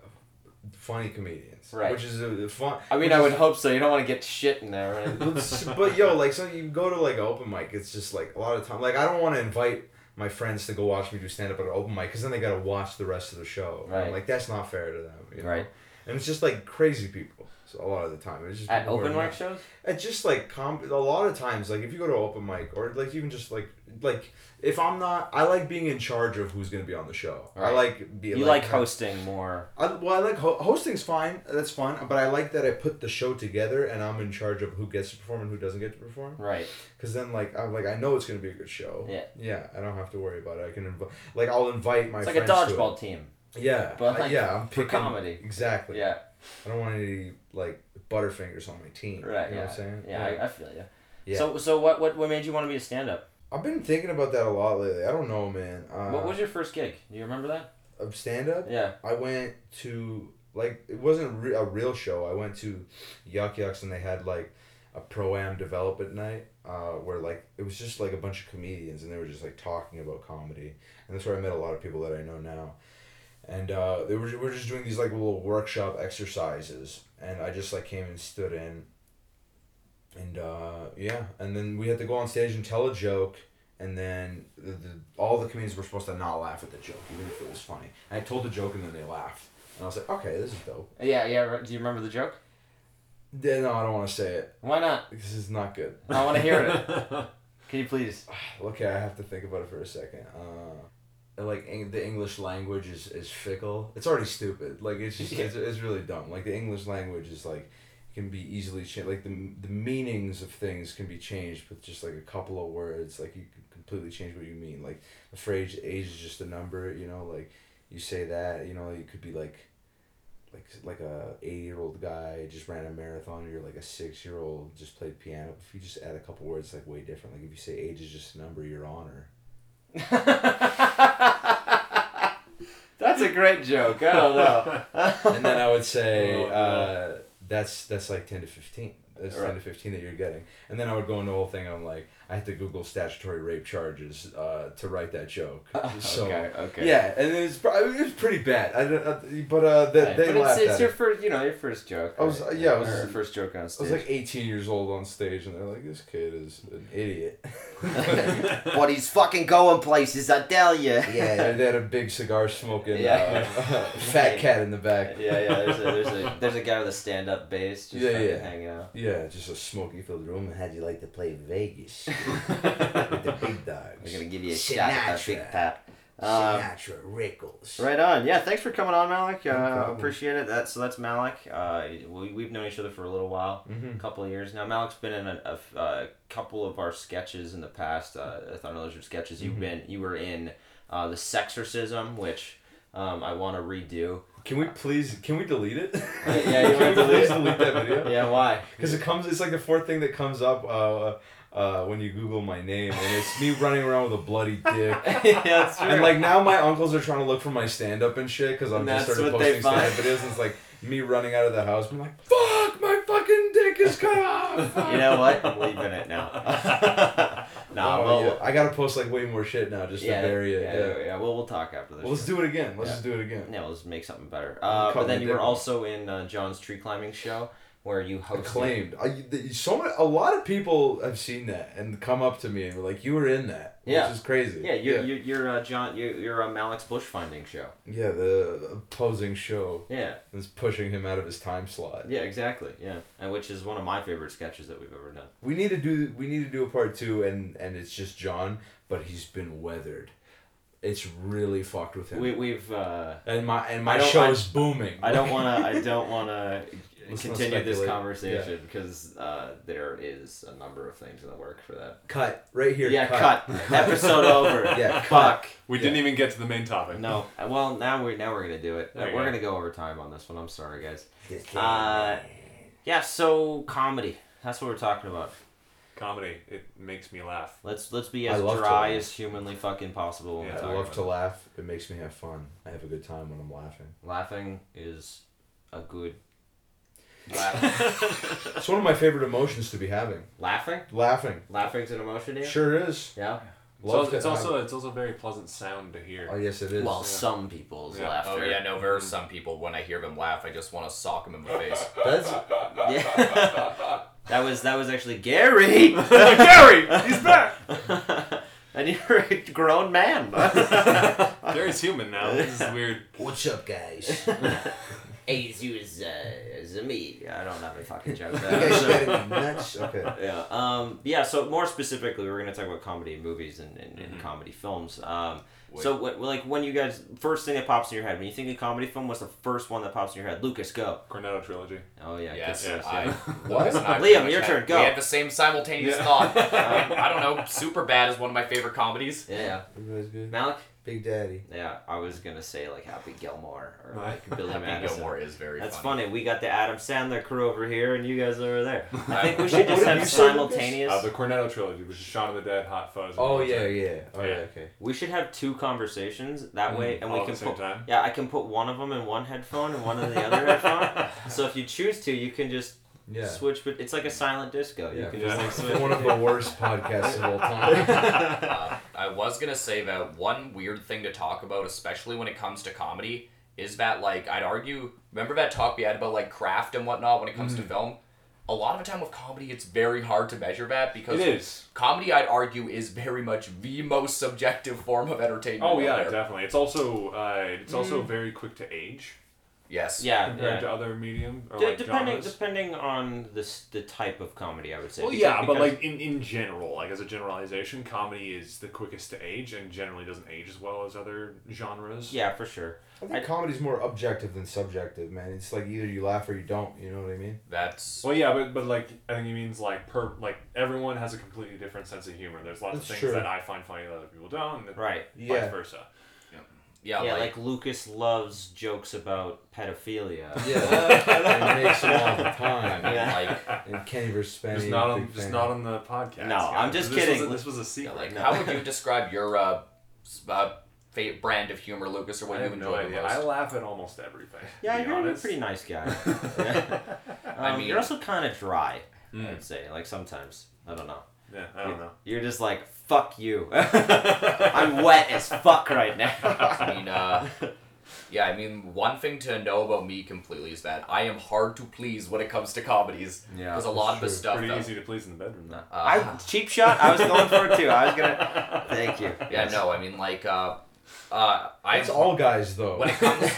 Speaker 3: funny comedians,
Speaker 2: Right.
Speaker 3: Which is a, a fun.
Speaker 2: I mean,
Speaker 3: which
Speaker 2: I
Speaker 3: is-
Speaker 2: would hope so. You don't want to get shit in there, right?
Speaker 3: But s- but yo, like so you go to like an open mic, it's just like a lot of time. Like I don't want to invite my friends to go watch me do stand up at an open mic because then they gotta watch the rest of the show. And I'm
Speaker 2: Right.
Speaker 3: like that's not fair to them. You know?
Speaker 2: Right.
Speaker 3: And it's just like crazy people. So a lot of the time, it's just
Speaker 2: At
Speaker 3: people who are
Speaker 2: open
Speaker 3: not-
Speaker 2: mic shows?
Speaker 3: At just like comp, a lot of times, like if you go to open mic or like even just like like if I'm not, I like being in charge of who's gonna be on the show. I
Speaker 2: Right.
Speaker 3: like being
Speaker 2: You like hosting more.
Speaker 3: I, well, I like ho- hosting's fine. That's fun, but I like that I put the show together and I'm in charge of who gets to perform and who doesn't get to perform.
Speaker 2: Right.
Speaker 3: Cause then, like, I'm like, I know it's gonna be a good show.
Speaker 2: Yeah.
Speaker 3: Yeah, I don't have to worry about it. I can invite, like, I'll invite my.
Speaker 2: It's like a
Speaker 3: friends to it.
Speaker 2: dodgeball team.
Speaker 3: Yeah.
Speaker 2: but,
Speaker 3: I-
Speaker 2: like,
Speaker 3: yeah, I'm
Speaker 2: for
Speaker 3: picking
Speaker 2: comedy.
Speaker 3: Exactly.
Speaker 2: Yeah.
Speaker 3: I don't want any like butterfingers on my team.
Speaker 2: Right.
Speaker 3: You
Speaker 2: yeah.
Speaker 3: know what I'm saying?
Speaker 2: Yeah, I, I feel you.
Speaker 3: Yeah.
Speaker 2: So, so what, what, what made you want to be a stand up?
Speaker 3: I've been thinking about that a lot lately. I don't know, man. Uh,
Speaker 2: what was your first gig? Do you remember that?
Speaker 3: of stand up?
Speaker 2: Yeah.
Speaker 3: I went to like it wasn't re- a real show. I went to Yuck Yucks and they had like a pro am development night uh, where like it was just like a bunch of comedians and they were just like talking about comedy and that's where I met a lot of people that I know now. And uh, they were, we were just doing these like little workshop exercises and I just like came and stood in and uh, yeah and then we had to go on stage and tell a joke and then the, the, all the comedians were supposed to not laugh at the joke even if it was funny and i told the joke and then they laughed and i was like okay this is dope
Speaker 2: Yeah, yeah. right. Do you remember the joke?
Speaker 3: then no i don't want to say it
Speaker 2: Why not?
Speaker 3: this is not good
Speaker 2: I want to hear it. Can you please?
Speaker 3: okay i have to think about it for a second uh, like Eng- the english language is, is fickle it's already stupid like it's just it's, it's really dumb like the english language is like can be easily changed like the, the meanings of things can be changed with just like a couple of words like you can completely change what you mean like the phrase age is just a number you know like you say that you know you could be like like like a 80 year old guy just ran a marathon you're like a six year old just played piano if you just add a couple words it's like way different like if you say age is just a number you're honor
Speaker 2: That's a great joke. I don't know.
Speaker 3: and then i would say
Speaker 4: Oh, no.
Speaker 3: uh, that's that's like 10 to 15 that's 10 to
Speaker 2: Right.
Speaker 3: 15 that you're getting and then i would go into the whole thing i'm like i had to google statutory rape charges uh, to write that joke so
Speaker 2: okay. Okay.
Speaker 3: yeah and it was, pro- it was pretty bad I, don't- I, but uh, the,
Speaker 2: Right,
Speaker 3: they
Speaker 2: but
Speaker 3: laughed
Speaker 2: it's, it's
Speaker 3: at
Speaker 2: your
Speaker 3: it.
Speaker 2: first, you know, your first joke.
Speaker 3: I was-
Speaker 2: right?
Speaker 3: yeah, I was-
Speaker 2: Or first joke on
Speaker 3: I
Speaker 2: stage.
Speaker 3: was like 18 years old on stage, and they're like, "This kid is an idiot."
Speaker 2: but he's fucking going places, I tell you.
Speaker 3: Yeah, they had a big cigar smoking
Speaker 2: Yeah.
Speaker 3: uh, fat cat in the back.
Speaker 2: yeah, yeah. There's a there's a there's a guy with a stand up bass just
Speaker 3: Yeah,
Speaker 2: fucking
Speaker 3: yeah.
Speaker 2: hanging out.
Speaker 3: Yeah, just a smoky filled room. And how'd you like to play Vegas with the big
Speaker 2: We're
Speaker 3: dogs?
Speaker 2: gonna give you a shot at that big
Speaker 3: Sinatra.
Speaker 2: pap. Um,
Speaker 3: Sinatra, Rickles.
Speaker 2: Right on. Yeah, thanks for coming on, Malik. Uh,
Speaker 3: problem.
Speaker 2: appreciate it. That, so that's Malik. Uh, we, we've known each other for a little while,
Speaker 3: Mm-hmm.
Speaker 2: a couple of years now. Malik's been in a, a f- a couple of our sketches in the past, uh, Thunder Lizard sketches.
Speaker 3: Mm-hmm.
Speaker 2: You've been, you were in uh, the Sexorcism, which um, I want to redo.
Speaker 3: Can we please? Can we delete it?
Speaker 2: yeah, you wanna
Speaker 3: can we
Speaker 2: delete
Speaker 3: please
Speaker 2: it?
Speaker 3: delete that video?
Speaker 2: Yeah, why?
Speaker 3: Because it comes. It's like the fourth thing that comes up. Uh, uh, when you Google my name, and it's me running around with a bloody dick.
Speaker 2: yeah, that's true.
Speaker 3: And like now, my uncles are trying to look for my stand up and shit because I'm
Speaker 2: And
Speaker 3: just
Speaker 2: that's
Speaker 3: started
Speaker 2: what they
Speaker 3: posting stand up
Speaker 2: find.
Speaker 3: videos. And it's like me running out of the house, being like, "Fuck, my fucking dick is cut off."
Speaker 2: you know what? I'm leaving it now. nah,
Speaker 3: Oh,
Speaker 2: well,
Speaker 3: yeah. I gotta post like way more shit now just
Speaker 2: yeah,
Speaker 3: to bury it.
Speaker 2: yeah,
Speaker 3: Yeah.
Speaker 2: yeah, Well, we'll talk after this.
Speaker 3: Well, let's do it again. Let's just do it again.
Speaker 2: Yeah, let's make something better. Uh, but
Speaker 3: Call
Speaker 2: then
Speaker 3: it
Speaker 2: you were
Speaker 3: different.
Speaker 2: also in uh, John's tree climbing show where you hosted.
Speaker 3: Acclaimed. I, th- so many, a lot of people have seen that and come up to me and were like, "You were in that."
Speaker 2: Yeah.
Speaker 3: Which is crazy.
Speaker 2: Yeah, you're
Speaker 3: yeah.
Speaker 2: you're, you're uh, John. You're, you're uh, Malik's bush finding show.
Speaker 3: Yeah, the opposing show
Speaker 2: Yeah,
Speaker 3: is pushing him out of his time slot.
Speaker 2: yeah, exactly. Yeah, and which is one of my favorite sketches that we've ever done.
Speaker 3: We need to do we need to do a part two and and it's just John, but he's been weathered. It's really fucked with him.
Speaker 2: We we've. Uh,
Speaker 3: and my and
Speaker 2: I
Speaker 3: my
Speaker 2: don't-
Speaker 3: show
Speaker 2: I-
Speaker 3: is booming.
Speaker 2: I don't wanna. I don't wanna
Speaker 3: Let's not
Speaker 2: continue this
Speaker 3: speculate.
Speaker 2: conversation because uh, there is a number of things in the work for that.
Speaker 3: cut right here.
Speaker 2: yeah, cut. Episode over.
Speaker 3: Yeah,
Speaker 2: fuck.
Speaker 4: We didn't even get to the main topic.
Speaker 2: No. Uh, Well, now we're now we're gonna do it.
Speaker 4: There you go.
Speaker 2: we're gonna go over time on this one. I'm sorry, guys. Uh, yeah. So comedy. That's what we're talking about.
Speaker 4: Comedy. It makes me laugh.
Speaker 2: Let's let's be
Speaker 3: I
Speaker 2: as
Speaker 3: love to
Speaker 2: dry
Speaker 3: laugh.
Speaker 2: as humanly fucking possible. When
Speaker 4: Yeah, I
Speaker 2: we're
Speaker 3: I
Speaker 2: talking
Speaker 3: love
Speaker 2: about
Speaker 3: to laugh. It makes me have fun. I have a good time when I'm laughing.
Speaker 2: it. Laughing is a good. Laugh.
Speaker 3: It's one of my favorite emotions to be having.
Speaker 2: laughing.
Speaker 3: Laughing.
Speaker 2: Laughing's an emotion. Here?
Speaker 3: Sure is.
Speaker 2: Yeah.
Speaker 4: It's
Speaker 3: Love
Speaker 4: also,
Speaker 3: to
Speaker 4: it's
Speaker 3: have-
Speaker 4: also it's also a very pleasant sound to hear.
Speaker 3: Oh yes, it is.
Speaker 2: Well, some people's
Speaker 4: Yeah.
Speaker 2: laughter.
Speaker 5: Oh yeah, no,
Speaker 2: Mm.
Speaker 5: there are some people when I hear them laugh, I just want to sock them in the face.
Speaker 3: That's
Speaker 2: Yeah. that was that was actually Gary.
Speaker 4: Gary, he's back.
Speaker 2: and you're a grown man.
Speaker 4: Gary's human now. This is weird.
Speaker 7: What's up, guys?
Speaker 2: hey, it's you is uh, is me. I don't have a fucking joke.
Speaker 3: you guys
Speaker 2: there.
Speaker 3: gotta be nuts. Okay.
Speaker 2: yeah. Um, yeah. So more specifically, we're gonna talk about comedy movies and, and, and comedy films. Um, so what, like when you guys first thing that pops in your head when you think of comedy film, what's the first one that pops in your head? Lucas, go.
Speaker 4: Cornetto trilogy.
Speaker 2: Oh yeah.
Speaker 5: Yes,
Speaker 2: good
Speaker 4: yes,
Speaker 5: I,
Speaker 2: stuff,
Speaker 5: Lucas and I
Speaker 2: Liam,
Speaker 5: pretty much
Speaker 2: your
Speaker 5: had-
Speaker 2: turn, go.
Speaker 5: We had the same simultaneous
Speaker 4: Yeah.
Speaker 5: thought. Um, I don't know. Super bad is one of my favorite comedies.
Speaker 2: yeah. yeah.
Speaker 3: You guys good?
Speaker 2: Malik.
Speaker 3: Big Daddy.
Speaker 2: Yeah, I was gonna say like Happy Gilmore or
Speaker 4: Right.
Speaker 2: like Billy
Speaker 5: Happy
Speaker 2: Madison.
Speaker 5: Gilmore is very.
Speaker 2: That's
Speaker 5: funny.
Speaker 2: funny. We got the Adam Sandler crew over here, and you guys over there. I
Speaker 5: I-
Speaker 2: think we should just
Speaker 3: What
Speaker 2: have
Speaker 3: did you say, Lucas?
Speaker 2: simultaneous.
Speaker 4: Uh, the Cornetto trilogy, which is Shaun of the Dead, Hot Fuzz. and
Speaker 3: Oh
Speaker 4: Bones
Speaker 3: yeah,
Speaker 4: Inn.
Speaker 3: yeah. Oh yeah.
Speaker 4: Yeah.
Speaker 3: Okay.
Speaker 2: we should have two conversations that way, and
Speaker 4: all
Speaker 2: we
Speaker 4: at
Speaker 2: can
Speaker 4: the same
Speaker 2: put.
Speaker 4: time?
Speaker 2: Yeah, I can put one of them in one headphone and one in the other headphone. So if you choose to, you can just
Speaker 3: Yeah.
Speaker 2: switch. But it's like a silent disco. You
Speaker 3: Yeah.
Speaker 2: can
Speaker 4: Yeah.
Speaker 2: just like switch.
Speaker 3: One of the worst podcasts of all time.
Speaker 5: Uh, I was gonna say that one weird thing to talk about, especially when it comes to comedy, is that like I'd argue. Remember that talk we had about like craft and whatnot when it comes
Speaker 4: Mm.
Speaker 5: to film. A lot of the time with comedy, it's very hard to measure that because
Speaker 4: It is.
Speaker 5: comedy, I'd argue, is very much the most subjective form of entertainment.
Speaker 4: Oh
Speaker 5: out
Speaker 4: yeah,
Speaker 5: there.
Speaker 4: definitely. It's also uh, it's also very quick to age
Speaker 5: Yes.
Speaker 2: Mm. Yeah,
Speaker 4: compared
Speaker 2: yeah.
Speaker 4: to other medium or
Speaker 2: D-
Speaker 4: like
Speaker 2: depending
Speaker 4: genres.
Speaker 2: depending on the s- the type of comedy, I would say.
Speaker 4: Well,
Speaker 2: Because-
Speaker 4: yeah, but
Speaker 2: because-
Speaker 4: like in, in general, like as a generalization, comedy is the quickest to age and generally doesn't age as well as other genres.
Speaker 2: yeah, for sure.
Speaker 3: I think comedy's more objective than subjective, man. It's like either you laugh or you don't. You know what I mean?
Speaker 5: That's
Speaker 4: Well, yeah, but but like I think he means like per like everyone has a completely different sense of humor. There's lots
Speaker 3: That's
Speaker 4: of things
Speaker 3: true.
Speaker 4: that I find funny that other people don't, and
Speaker 2: Right.
Speaker 3: Yeah.
Speaker 4: vice versa.
Speaker 5: yeah.
Speaker 2: yeah,
Speaker 5: like,
Speaker 2: like, Lucas loves jokes about pedophilia.
Speaker 3: Yeah. it makes it all the time.
Speaker 2: Yeah.
Speaker 5: like
Speaker 3: And Kenny versus Spenny.
Speaker 4: Just not on
Speaker 3: big
Speaker 4: just
Speaker 3: fan.
Speaker 4: not on the podcast.
Speaker 2: No,
Speaker 4: guys.
Speaker 2: I'm just
Speaker 4: This was a-
Speaker 2: kidding.
Speaker 4: this was a
Speaker 5: Yeah,
Speaker 4: secret.
Speaker 5: like,
Speaker 2: No.
Speaker 5: how would you describe your uh, s- uh, fa- brand of humor, Lucas, or
Speaker 4: I
Speaker 5: what you
Speaker 4: have no
Speaker 5: enjoy
Speaker 4: idea.
Speaker 5: the most?
Speaker 4: I laugh at almost everything.
Speaker 2: Yeah,
Speaker 4: to be
Speaker 2: you're a
Speaker 4: honest.
Speaker 2: pretty nice guy. Yeah.
Speaker 5: I
Speaker 2: Um,
Speaker 5: mean-
Speaker 2: you're also kind of dry.
Speaker 3: Hmm.
Speaker 2: I'd say, like sometimes, I don't know.
Speaker 4: Yeah, I don't know.
Speaker 2: You're just like fuck you. I'm wet as fuck right
Speaker 5: I
Speaker 2: now.
Speaker 5: mean, uh, yeah, I mean, one thing to know about me completely is that I am hard to please when it comes to comedies.
Speaker 2: Yeah,
Speaker 5: Because a lot of the
Speaker 3: true.
Speaker 5: stuff.
Speaker 4: pretty
Speaker 5: that-
Speaker 4: easy to please in the bedroom. though.
Speaker 5: uh,
Speaker 2: I cheap shot. I was going for it too. I was gonna. Thank you.
Speaker 5: yeah, no, I mean, like, uh, uh, I.
Speaker 3: It's all guys though.
Speaker 5: When it comes,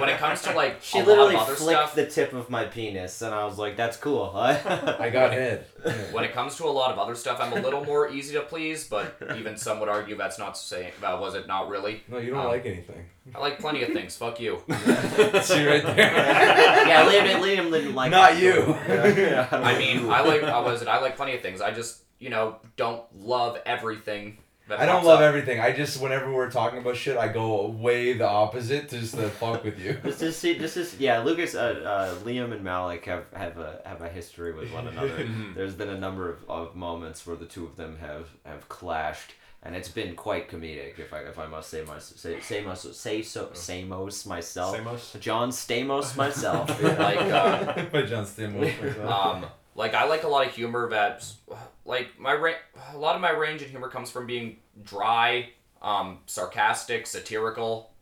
Speaker 5: when it comes to like
Speaker 2: She
Speaker 5: a
Speaker 2: literally
Speaker 5: lot of other
Speaker 2: flicked
Speaker 5: stuff,
Speaker 2: the tip of my penis, and I was like, "That's cool." I
Speaker 3: I got head.
Speaker 5: when it comes to a lot of other stuff, I'm a little more easy to please. But even some would argue that's not saying that was it not really.
Speaker 3: No, you don't
Speaker 5: Um,
Speaker 3: like anything.
Speaker 5: I like plenty of things. Fuck you.
Speaker 3: See right there.
Speaker 2: yeah, Liam, Liam didn't like.
Speaker 3: Not you.
Speaker 5: I mean, I like I was I like plenty of things. I just you know don't love everything. That
Speaker 3: I don't
Speaker 5: pops
Speaker 3: love
Speaker 5: up.
Speaker 3: everything. I just whenever we're talking about shit, I go way the opposite just to fuck with you.
Speaker 2: This is see, this is yeah. Lucas, uh, uh, Liam, and Malik have have a have a history with one another.
Speaker 5: Mm-hmm.
Speaker 2: There's been a number of, of moments where the two of them have have clashed, and it's been quite comedic. If I if I must say my say say my, say so
Speaker 3: Oh.
Speaker 2: Samos myself,
Speaker 4: Samos?
Speaker 2: John Stamos myself.
Speaker 5: like uh,
Speaker 3: By John Stamos.
Speaker 5: um like I like a lot of humor that like my ra- a lot of my range in humor comes from being dry, um sarcastic, satirical.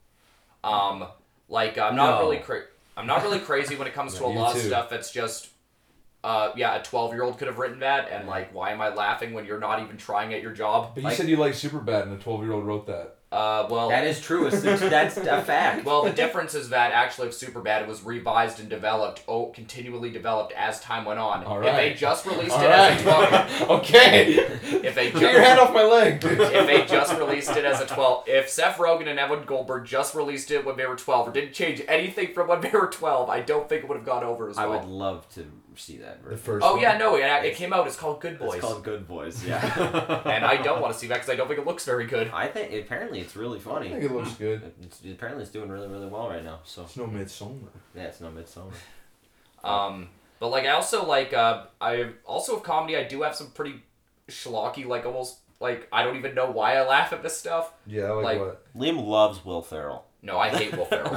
Speaker 5: Um like I'm not
Speaker 3: No.
Speaker 5: really cra- I'm not really crazy when it comes to a
Speaker 3: you
Speaker 5: lot of
Speaker 3: too.
Speaker 5: stuff that's just uh, yeah, a 12 year old could have written that, and like, why am I laughing when you're not even trying at your job?
Speaker 3: But you
Speaker 5: Like,
Speaker 3: said you like Superbad, and a twelve-year-old wrote that.
Speaker 5: uh, well,
Speaker 2: that is true. It's, that's a fact.
Speaker 5: Well, the difference is that actually, if Superbad was revised and developed, oh, continually developed as time went on.
Speaker 3: All
Speaker 5: If they
Speaker 3: right.
Speaker 5: just released
Speaker 3: All
Speaker 5: it as a twelve,
Speaker 3: right. okay.
Speaker 5: if they
Speaker 3: Get your hand
Speaker 5: just
Speaker 3: off my leg, dude.
Speaker 5: if they just released it as a twelve, if Seth Rogen and Evan Goldberg just released it when they were twelve or didn't change anything from when they were twelve, I don't think it would have gone over as
Speaker 2: I
Speaker 5: well.
Speaker 2: would love to see that.
Speaker 3: The
Speaker 2: Version.
Speaker 3: first.
Speaker 5: Oh
Speaker 3: one.
Speaker 5: yeah, no, it, it came out. It's called Good Boys,
Speaker 2: It's called Good Boys. Yeah,
Speaker 5: and I don't want to see that because I don't think it looks very good.
Speaker 2: I think apparently it's really
Speaker 3: I think
Speaker 2: funny.
Speaker 3: it looks good.
Speaker 2: It's, apparently it's doing really really well right now. So
Speaker 3: It's no midsummer.
Speaker 2: yeah, it's no midsummer. Uh-uh.
Speaker 5: Um, but like I also like uh, I also with comedy I do have some pretty schlocky like almost like I don't even know why I laugh at this stuff.
Speaker 3: Yeah, I like,
Speaker 5: Like-
Speaker 3: what?
Speaker 2: Liam loves Will Ferrell.
Speaker 5: No, I hate Will Ferrell.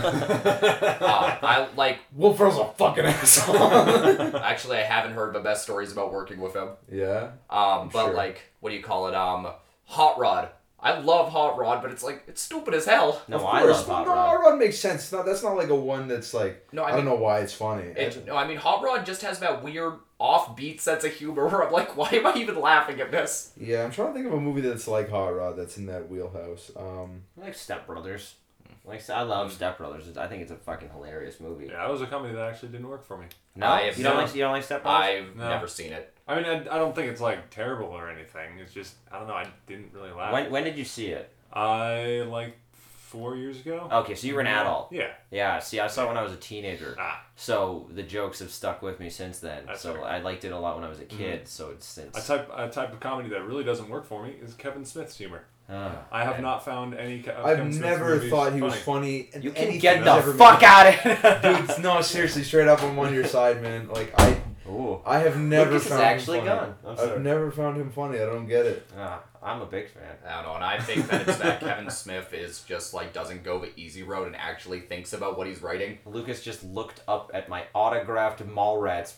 Speaker 5: uh, I like
Speaker 3: Will Ferrell's a fucking asshole.
Speaker 5: actually I haven't heard the best stories about working with him.
Speaker 3: yeah.
Speaker 5: Um, but
Speaker 3: Sure.
Speaker 5: like what do you call it? Um, Hot Rod. I love Hot Rod, but it's like it's stupid as hell.
Speaker 2: No,
Speaker 3: of
Speaker 2: I
Speaker 3: course,
Speaker 2: love Hot
Speaker 3: no,
Speaker 2: Rod.
Speaker 3: Rod makes sense. It's Not that's not like a one that's like
Speaker 5: No,
Speaker 3: no,
Speaker 5: I
Speaker 3: I,
Speaker 5: mean-
Speaker 3: don't know why it's funny.
Speaker 5: It, no, I mean Hot Rod just has that weird offbeat sense of humor where I'm like, why am I even laughing at this?
Speaker 3: yeah, I'm trying to think of a movie that's like Hot Rod that's in that wheelhouse. Um,
Speaker 2: I like Step Brothers. Like I love Step Brothers. It's- I think it's a fucking hilarious movie.
Speaker 4: Yeah, that was a comedy that actually didn't work for me.
Speaker 2: No,
Speaker 5: I have
Speaker 2: you don't
Speaker 5: no-
Speaker 2: like you don't like Step Brothers.
Speaker 5: I've
Speaker 4: No.
Speaker 5: never seen it.
Speaker 4: I mean, I, I don't think it's like terrible or anything. It's just I don't know. I didn't really
Speaker 5: uh,
Speaker 4: laugh.
Speaker 2: When when did you see it?
Speaker 4: I like four years ago.
Speaker 2: Okay, so you were an adult.
Speaker 4: Yeah.
Speaker 2: Yeah. See, I saw it when I was a teenager.
Speaker 4: Ah.
Speaker 2: So the jokes have stuck with me since then.
Speaker 4: That's Mm-hmm.
Speaker 2: so
Speaker 4: fair.
Speaker 2: I liked it a lot when I was a kid. So it's since.
Speaker 4: A type a type of comedy that really doesn't work for me is Kevin Smith's humor.
Speaker 2: Ah.
Speaker 4: I have not found any. Ke- of
Speaker 3: I've
Speaker 4: Kevin Smith's
Speaker 3: never
Speaker 4: movies
Speaker 3: thought he
Speaker 4: funny.
Speaker 3: was funny. in
Speaker 2: you can
Speaker 3: anything
Speaker 2: get
Speaker 3: he's
Speaker 2: the
Speaker 3: ever
Speaker 2: fuck
Speaker 3: made.
Speaker 2: out of here.
Speaker 3: Dude, no, seriously, straight up, I'm on your side, man. Like I,
Speaker 2: Ooh.
Speaker 3: I have never
Speaker 2: Lucas is
Speaker 3: found
Speaker 2: actually
Speaker 3: him funny.
Speaker 2: gone. I'm sorry.
Speaker 3: I've never found him funny. I don't get it.
Speaker 2: Ah, I'm a big fan.
Speaker 5: I don't know, and I think that it's that Kevin Smith is just like doesn't go the easy road and actually thinks about what he's writing.
Speaker 2: Lucas just looked up at my autographed Mallrats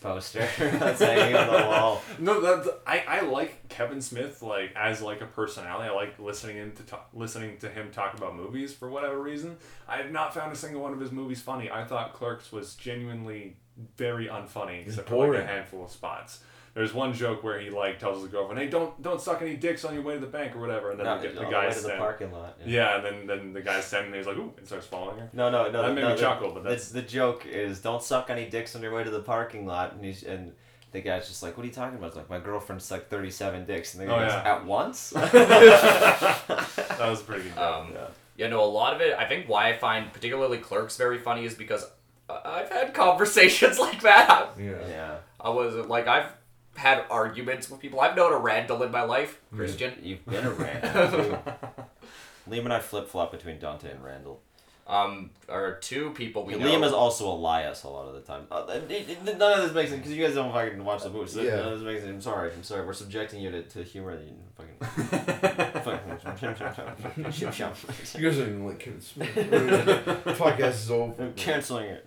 Speaker 2: poster that's hanging on the wall.
Speaker 4: No, that's I, I like Kevin Smith like as like a personality. I like listening in to talk, listening to him talk about movies for whatever reason. I have not found a single one of his movies funny. I thought Clerks was genuinely very unfunny, except for like
Speaker 3: boring.
Speaker 4: a handful of spots. There's one joke where he like tells his girlfriend, "Hey, don't don't suck any dicks on your way to the bank or whatever," and then
Speaker 2: No,
Speaker 4: the, the
Speaker 2: all
Speaker 4: guy
Speaker 2: way to the
Speaker 4: standing.
Speaker 2: parking lot.
Speaker 4: Yeah, and then then the guy's standing there. He's like, "Ooh," and starts following her.
Speaker 2: No, no, no.
Speaker 4: That made
Speaker 2: no,
Speaker 4: me
Speaker 2: the-
Speaker 4: chuckle, but that's-
Speaker 2: it's- the joke is don't suck any dicks on your way to the parking lot, and he's and the guy's just like, "What are you talking about?" It's like my girlfriend sucked thirty seven dicks, and the
Speaker 4: Oh,
Speaker 2: guy's
Speaker 4: yeah.
Speaker 2: at once.
Speaker 4: That was a pretty good. joke.
Speaker 5: Um,
Speaker 2: Yeah.
Speaker 5: You know, a lot of it, I think why I find particularly Clerks very funny is because I- I've had conversations like that.
Speaker 3: Yeah.
Speaker 2: yeah,
Speaker 5: I was like, I've had arguments with people. I've known a Randall in my life, Christian.
Speaker 2: you've been a Randall. too. Liam and I flip flop between Dante and Randall.
Speaker 5: Um, or two people we know.
Speaker 2: Liam is also Elias a lot of the time. Uh, it- it- it- none of this makes sense because you guys don't fucking watch the movie. So
Speaker 3: Yeah.
Speaker 2: None of this makes sense. I'm sorry. I'm sorry. We're subjecting you to, to humor that you fucking. fucking
Speaker 3: You guys don't even like Kevin Smith. Podcast is over.
Speaker 2: canceling it.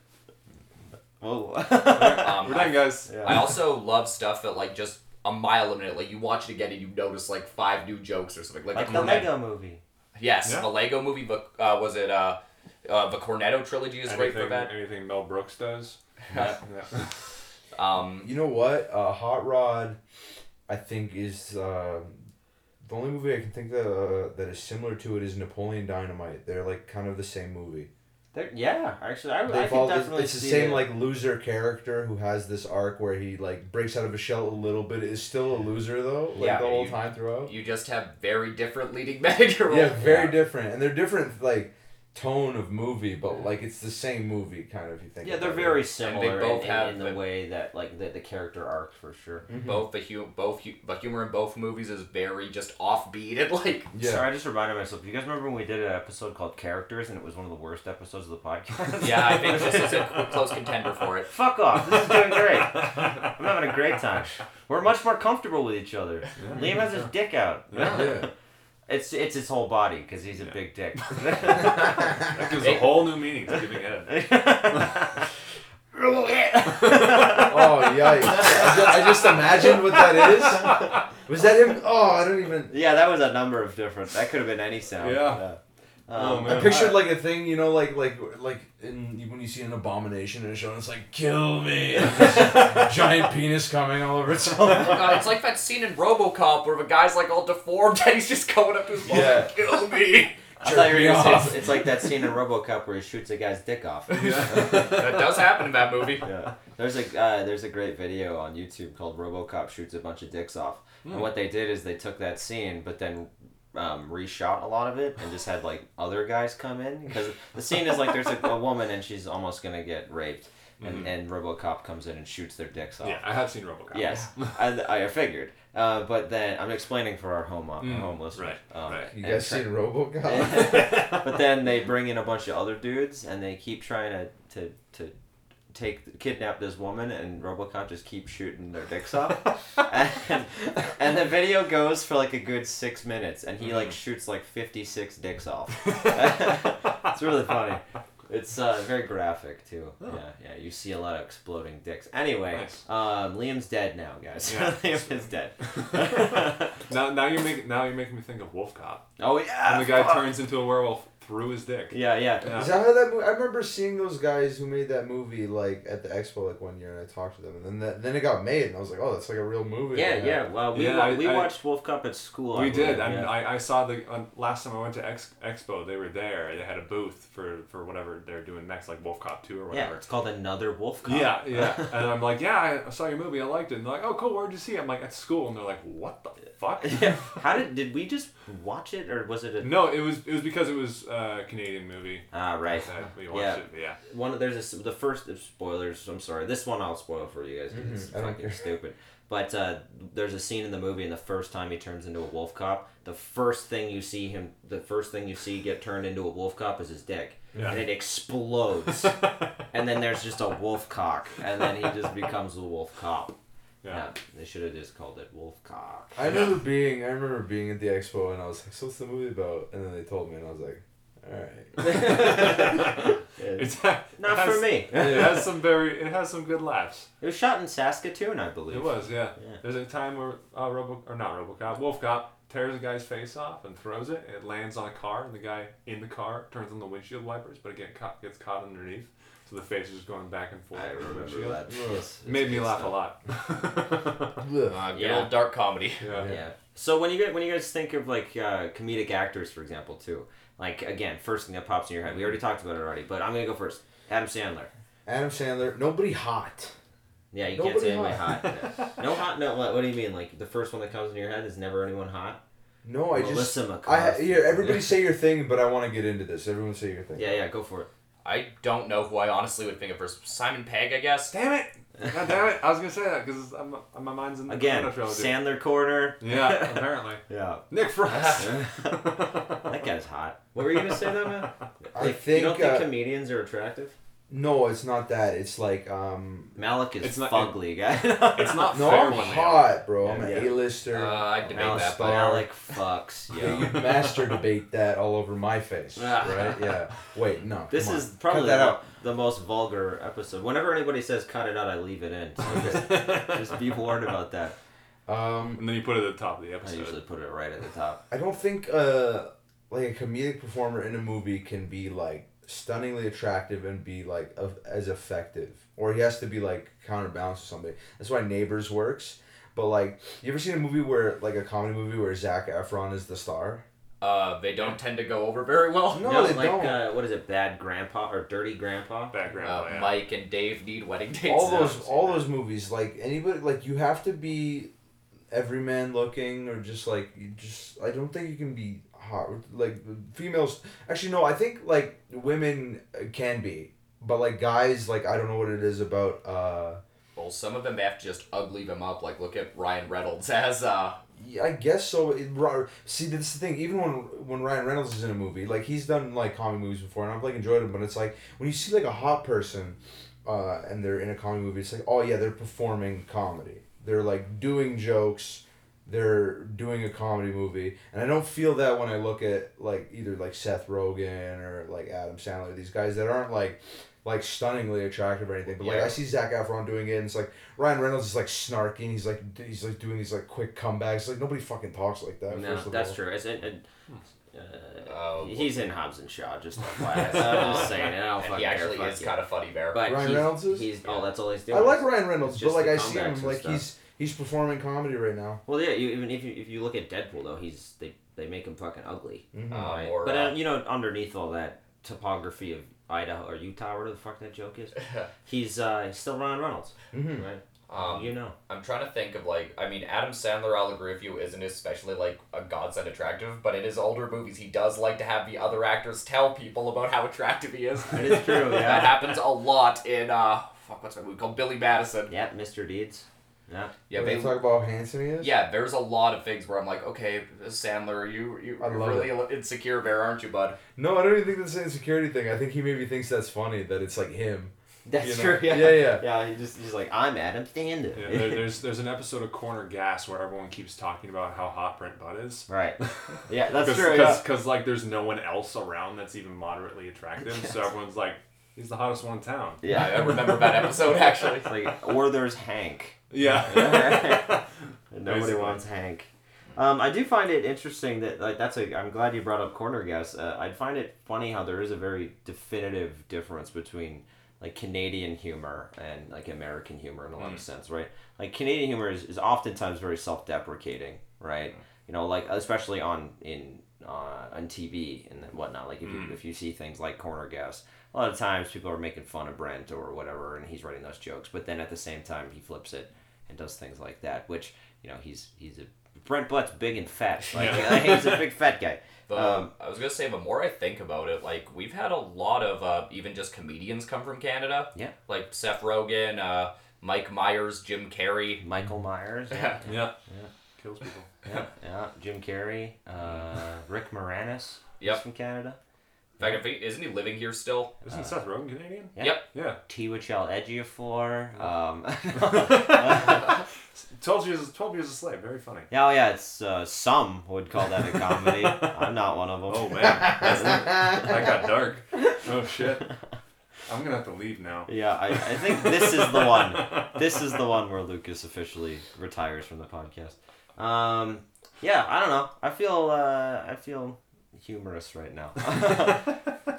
Speaker 2: Whoa.
Speaker 5: um,
Speaker 4: We're
Speaker 5: I,
Speaker 4: done, guys.
Speaker 2: Yeah.
Speaker 5: I also love stuff that like just a mile a minute, like you watch it again and you notice like five new jokes or something. Like,
Speaker 2: like the
Speaker 5: Cornetto-
Speaker 2: Lego movie.
Speaker 5: Yes,
Speaker 4: Yeah.
Speaker 5: the Lego movie. The uh, was it uh, uh, the Cornetto trilogy is great for
Speaker 4: Anything,
Speaker 5: that.
Speaker 4: anything Mel Brooks does. Yeah.
Speaker 5: Um,
Speaker 3: You know what? Uh, Hot Rod, I think is um the only movie I can think that uh, that is similar to it is Napoleon Dynamite. They're like kind of the same movie.
Speaker 2: They're- yeah, actually, I, would- I
Speaker 3: They've
Speaker 2: could
Speaker 3: all, it's
Speaker 2: definitely
Speaker 3: it's the
Speaker 2: see
Speaker 3: same
Speaker 2: it.
Speaker 3: like loser character who has this arc where he like breaks out of his shell a little bit. Is still a loser though, like
Speaker 5: Yeah,
Speaker 3: the
Speaker 5: but
Speaker 3: whole
Speaker 5: you-
Speaker 3: time throughout.
Speaker 5: you just have very different leading men in your role.
Speaker 3: yeah, very
Speaker 2: yeah.
Speaker 3: different, and they're different like tone of movie, but like it's the same movie kind of. You think?
Speaker 2: Yeah, they're
Speaker 3: about it.
Speaker 2: very similar
Speaker 5: both
Speaker 2: in,
Speaker 5: have
Speaker 2: in, in the
Speaker 5: the-
Speaker 2: way that like the, the character arc for sure.
Speaker 5: Both the hu- both hu- the humor in both movies is very just offbeat and like
Speaker 3: Yeah.
Speaker 2: Sorry, I just reminded myself. You guys remember when we did an episode called Characters and it was one of the worst episodes of the podcast?
Speaker 5: yeah. I think this is a close contender for it.
Speaker 2: Fuck off. This is doing great. I'm having a great time. We're much more comfortable with each other. Liam has his dick out.
Speaker 3: Yeah.
Speaker 2: It's it's his whole body because he's a
Speaker 4: Yeah.
Speaker 2: big dick.
Speaker 4: That gives
Speaker 5: Hey.
Speaker 4: a whole new meaning to giving head.
Speaker 3: Oh yikes! I just, I just imagined what that is. Was that him? Oh, I don't even.
Speaker 2: yeah, that was a number of different. That could have been any sound.
Speaker 4: Yeah.
Speaker 2: Um,
Speaker 4: Oh,
Speaker 3: I
Speaker 4: man.
Speaker 3: pictured like a thing, you know, like like like in, when you see an abomination in a show, and it's like kill me, And there's a giant penis coming all over itself.
Speaker 5: Uh, it's like that scene in RoboCop where the guy's like all deformed and he's just going up to his mom
Speaker 3: Yeah.
Speaker 5: like, kill me.
Speaker 2: I thought you were
Speaker 3: Jerk me
Speaker 2: gonna say
Speaker 3: off.
Speaker 2: it's, it's like that scene in RoboCop where he shoots a guy's dick off.
Speaker 5: That does happen in that movie.
Speaker 2: Yeah. There's a uh, there's a great video on YouTube called RoboCop shoots a bunch of dicks off.
Speaker 4: Hmm.
Speaker 2: And what they did is they took that scene, but then um, reshot a lot of it and just had like other guys come in because the scene is like there's a, a woman and she's almost gonna get raped, and, and RoboCop comes in and shoots their dicks off.
Speaker 4: Mm-hmm. Yeah, I have seen RoboCop.
Speaker 2: Yes, I, I figured. Uh, but then I'm explaining for our home our home listeners.
Speaker 4: Mm. right, right.
Speaker 3: You
Speaker 2: and
Speaker 3: guys
Speaker 2: tra-
Speaker 3: seen RoboCop?
Speaker 2: but then they bring in a bunch of other dudes and they keep trying to, to, to take kidnap this woman and robocop just keep shooting their dicks off and, and the video goes for like a good six
Speaker 4: Mm-hmm.
Speaker 2: minutes and he like shoots like 56 dicks off it's really funny It's uh, very graphic too. Yeah, yeah. You see a lot of exploding dicks. Anyway,
Speaker 4: Oh. Nice.
Speaker 2: um, Liam's dead now, guys.
Speaker 4: Yeah.
Speaker 2: Liam is dead.
Speaker 4: Now, now you're making now you're making me think of Wolf Cop.
Speaker 2: oh yeah.
Speaker 4: And the guy
Speaker 2: fuck.
Speaker 4: turns into a werewolf through his dick.
Speaker 2: Yeah, yeah.
Speaker 4: Yeah.
Speaker 3: Is that how that movie? I remember seeing those guys who made that movie like at the expo like one year, and I talked to them, and then that, then it got made, and I was like, oh, that's like a real movie.
Speaker 2: Yeah, yeah. Well, we,
Speaker 4: Yeah,
Speaker 2: wa-
Speaker 4: I-
Speaker 2: we
Speaker 4: I-
Speaker 2: watched Wolf Cup at school. I
Speaker 4: We did.
Speaker 2: believe,
Speaker 4: I, mean,
Speaker 2: yeah.
Speaker 4: I, I saw the on, last time I went to Ex, Expo, they were there. They had a booth for, for whatever they're doing next, like Wolf Cop 2 or
Speaker 2: yeah,
Speaker 4: whatever.
Speaker 2: it's called another Wolf Cup.
Speaker 4: Yeah, yeah. and I'm like, yeah, I saw your movie. I liked it. And they're like, oh, cool. Where'd you see it? I'm like, at school. And they're like, what the fuck?
Speaker 2: Yeah. How did did we just watch it or was it a
Speaker 4: no, it was it was because it was a Canadian movie.
Speaker 2: ah right?
Speaker 4: that we watched
Speaker 2: Yeah.
Speaker 4: it. Yeah.
Speaker 2: One of- there's this, the first spoilers. I'm sorry. This one I'll spoil for you guys.
Speaker 4: Mm-hmm.
Speaker 2: 'cause It's
Speaker 3: I don't
Speaker 2: fucking stupid. But uh, there's a scene in the movie, and the first time he turns into a wolf cop, the first thing you see him, the first thing you see get turned into a wolf cop is his dick,
Speaker 4: Yeah.
Speaker 2: and it explodes, and then there's just a wolf cock, and then he just becomes a wolf cop.
Speaker 4: Yeah.
Speaker 2: Yeah, they should have just called it Wolf Cock.
Speaker 3: I remember being I remember being at the expo, and I was like, so what's the movie about? And then they told me, and I was like, all right.
Speaker 4: It's,
Speaker 2: Not
Speaker 4: it has-
Speaker 2: for me.
Speaker 4: It has some very it has some good laughs.
Speaker 2: It was shot in Saskatoon, I believe.
Speaker 4: It was, yeah.
Speaker 2: Yeah.
Speaker 4: There's a time where uh, Robo or not RoboCop, Wolf Cop tears a guy's face off and throws it. It lands on a car, and the guy in the car turns on the windshield wipers, but again caught, gets caught underneath, so the face is just going back and forth.
Speaker 2: I
Speaker 4: in the
Speaker 2: remember
Speaker 4: windshield.
Speaker 2: that. Yes,
Speaker 4: Made
Speaker 2: it's
Speaker 4: me
Speaker 2: good
Speaker 4: laugh
Speaker 2: stuff.
Speaker 4: a lot.
Speaker 3: Ugh.
Speaker 5: Uh, Good
Speaker 2: Yeah.
Speaker 5: old dark comedy.
Speaker 4: yeah.
Speaker 2: Yeah. So when you get when you guys think of like uh, comedic actors, for example, too, like again, first thing that pops in your head. We already talked about it already, but I'm gonna go first. Adam Sandler.
Speaker 3: Adam Sandler, nobody hot.
Speaker 2: Yeah, you can't
Speaker 3: Nobody
Speaker 2: say anybody
Speaker 3: hot.
Speaker 2: hot. No hot. No. What, what do you mean? Like the first one that comes in your head is never anyone hot.
Speaker 3: No, Oh, I just.
Speaker 2: Melissa
Speaker 3: I
Speaker 2: McCarthy.
Speaker 3: here. Everybody say your thing, but I want to get into this. Everyone say your thing.
Speaker 2: Yeah, yeah. Go for it.
Speaker 5: I don't know who I honestly would think of first. Simon Pegg, I guess.
Speaker 4: Damn it! God damn it! I was gonna say that because my mind's in the
Speaker 2: Again,
Speaker 4: Corona trilogy.
Speaker 2: Sandler corner.
Speaker 4: Yeah, apparently.
Speaker 2: Yeah.
Speaker 4: Nick Frost.
Speaker 2: That guy's hot. What were you gonna say, though, man?
Speaker 3: I
Speaker 2: Like,
Speaker 3: think,
Speaker 2: you don't think
Speaker 3: uh,
Speaker 2: comedians are attractive.
Speaker 3: No, it's not that. It's like um.
Speaker 2: Malik is
Speaker 4: It's not-
Speaker 2: fugly, guy.
Speaker 4: it's not
Speaker 3: No,
Speaker 4: fair
Speaker 3: I'm
Speaker 4: when they are.
Speaker 3: hot, bro. I'm an
Speaker 2: Yeah.
Speaker 5: Uh,
Speaker 3: A-lister.
Speaker 5: I debate
Speaker 3: Alice
Speaker 5: that.
Speaker 3: Bar-
Speaker 5: But
Speaker 2: Malik fucks.
Speaker 3: Yeah,
Speaker 2: Yo.
Speaker 3: you master debate that all over my face,
Speaker 2: Ah.
Speaker 3: right? Yeah. Wait, no.
Speaker 2: This
Speaker 3: come on.
Speaker 2: is probably
Speaker 3: Cut that
Speaker 2: the,
Speaker 3: out.
Speaker 2: the most vulgar episode. Whenever anybody says cut it out, I leave it in. So just, just be warned about that.
Speaker 3: Um,
Speaker 4: And then you put it at the top of the
Speaker 2: I
Speaker 4: episode.
Speaker 2: usually put it right at the top.
Speaker 3: I don't think uh, like a comedic performer in a movie can be like stunningly attractive and be like a, as effective, or he has to be like counterbalanced with somebody. That's why Neighbors works. But like, you ever seen a movie where like a comedy movie where Zach Efron is the star?
Speaker 5: uh, they don't tend to go over very well.
Speaker 3: No,
Speaker 2: You know,
Speaker 3: they
Speaker 2: like
Speaker 3: don't.
Speaker 2: Uh, what is it, bad grandpa or dirty grandpa?
Speaker 4: Background.
Speaker 5: Uh,
Speaker 4: yeah.
Speaker 5: Mike and Dave need wedding dates.
Speaker 3: all
Speaker 5: now.
Speaker 3: those all those movies like anybody like you have to be everyman looking or just like you just i don't think you can be hot like females actually no i think like women uh, can be but like guys like i don't know what it is about uh
Speaker 5: Well, some of them have to just ugly them up. Like, look at Ryan Reynolds as uh,
Speaker 3: yeah, i guess so it, Ri- see that's the thing even when when ryan reynolds is in a movie like he's done like comedy movies before and i've like enjoyed them but it's like when you see like a hot person uh, and they're in a comedy movie, it's like, oh yeah, they're performing comedy. They're like doing jokes. They're doing a comedy movie, and I don't feel that when I look at like either like Seth Rogen or like Adam Sandler, these guys that aren't like like stunningly attractive or anything. But like
Speaker 5: Yeah.
Speaker 3: I see Zach Efron doing it, and it's like Ryan Reynolds is like snarking. He's like d- he's like doing these like quick comebacks. Like nobody fucking talks like that.
Speaker 2: No,
Speaker 3: first of
Speaker 2: that's
Speaker 3: all.
Speaker 2: true. It's, it, it, uh,
Speaker 5: uh
Speaker 2: he's in Hobbs and Shaw, just FYI. I'm just saying. I don't
Speaker 5: and
Speaker 2: fucking
Speaker 5: he actually
Speaker 2: care,
Speaker 5: is kind of funny there.
Speaker 2: But
Speaker 3: Ryan
Speaker 2: he's,
Speaker 3: Reynolds is?
Speaker 2: he's oh, that's all he's doing.
Speaker 3: I like Ryan Reynolds,
Speaker 2: It's
Speaker 3: but
Speaker 2: just
Speaker 3: like
Speaker 2: the
Speaker 3: I see
Speaker 2: comebacks
Speaker 3: him
Speaker 2: and
Speaker 3: like
Speaker 2: stuff.
Speaker 3: he's he's performing comedy right now.
Speaker 2: Well, yeah. You, even if you if you look at Deadpool though, he's they they make him fucking ugly.
Speaker 3: Mhm.
Speaker 5: Um,
Speaker 2: Right.
Speaker 5: or,
Speaker 2: but
Speaker 5: uh,
Speaker 2: uh, you know, underneath all that topography of Idaho or Utah, whatever the fuck that joke is, he's uh, he's still Ryan Reynolds,
Speaker 3: Mhm.
Speaker 2: right?
Speaker 5: um,
Speaker 2: you know,
Speaker 5: I'm trying to think of like I mean Adam Sandler I'll agree with you isn't especially like a godsend attractive but in his older movies he does like to have the other actors tell people about how attractive he is.
Speaker 2: it is true.
Speaker 5: that
Speaker 2: Yeah.
Speaker 5: happens a lot in uh fuck what's that movie called Billy Madison.
Speaker 2: yep, Mr. Deeds. Yeah.
Speaker 5: Yeah,
Speaker 3: When
Speaker 5: they,
Speaker 3: you talk about how handsome he is.
Speaker 5: yeah. There's a lot of things where I'm like, okay, Sandler, you you
Speaker 3: I
Speaker 5: you're
Speaker 3: love
Speaker 5: really insecure there, aren't you, bud?
Speaker 3: No, I don't even think that's an insecurity thing. I think he maybe thinks that's funny that it's like him.
Speaker 2: That's
Speaker 4: You know?
Speaker 2: true. Yeah.
Speaker 3: Yeah, yeah.
Speaker 2: Yeah, he just he's like, I'm Adam Sandler.
Speaker 4: Yeah, there, there's there's an episode of Corner Gas where everyone keeps talking about how hot Brent Butt is.
Speaker 2: right. Yeah, that's
Speaker 4: Cause,
Speaker 2: true.
Speaker 4: Because
Speaker 2: yeah.
Speaker 4: like there's no one else around that's even moderately attractive, so everyone's like, he's the hottest one in town.
Speaker 5: Yeah,
Speaker 2: Yeah.
Speaker 5: I remember that episode actually.
Speaker 2: It's like, or there's Hank.
Speaker 4: Yeah.
Speaker 2: Nobody
Speaker 4: Basically.
Speaker 2: wants Hank. Um, I do find it interesting that like that's a. I'm glad you brought up corner gas. Uh, I find it funny how there is a very definitive difference between like Canadian humor and like American humor in a lot of sense, right? Like Canadian humor is, is oftentimes very self-deprecating, right?
Speaker 5: Mm.
Speaker 2: You know, like especially on in uh, on TV and whatnot. Like if
Speaker 5: Mm.
Speaker 2: you if you see things like corner gas, a lot of times people are making fun of Brent or whatever, and he's writing those jokes. But then at the same time, he flips it and does things like that, which you know he's he's a Brent Butt's big and fat. Like he's a big fat guy.
Speaker 5: The,
Speaker 2: Um,
Speaker 5: I was gonna say, the more I think about it, like we've had a lot of uh, even just comedians come from Canada.
Speaker 2: Yeah.
Speaker 5: Like Seth Rogen, uh, Mike Myers, Jim Carrey.
Speaker 2: Michael Myers,
Speaker 5: Yeah.
Speaker 4: yeah. Kills people.
Speaker 2: yeah, yeah, Jim Carrey, uh, Rick Moranis, he's
Speaker 5: Yep.
Speaker 2: from Canada,
Speaker 5: In fact, if he, isn't he living here still?
Speaker 4: Isn't Seth Rogen Canadian?
Speaker 2: Uh, Yeah.
Speaker 5: Yep.
Speaker 4: Yeah.
Speaker 2: Tiwachel Ejiofor. Um,
Speaker 4: Twelve years. Twelve years a slave. Very funny.
Speaker 2: yeah, oh yeah, it's uh, some would call that a comedy. I'm not one of them.
Speaker 4: Oh man, That's- that got dark. Oh shit. I'm gonna have to leave now.
Speaker 2: Yeah, I, I think this is the one. This is the one where Lucas officially retires from the podcast. Um, yeah, I don't know. I feel uh, I feel humorous right now.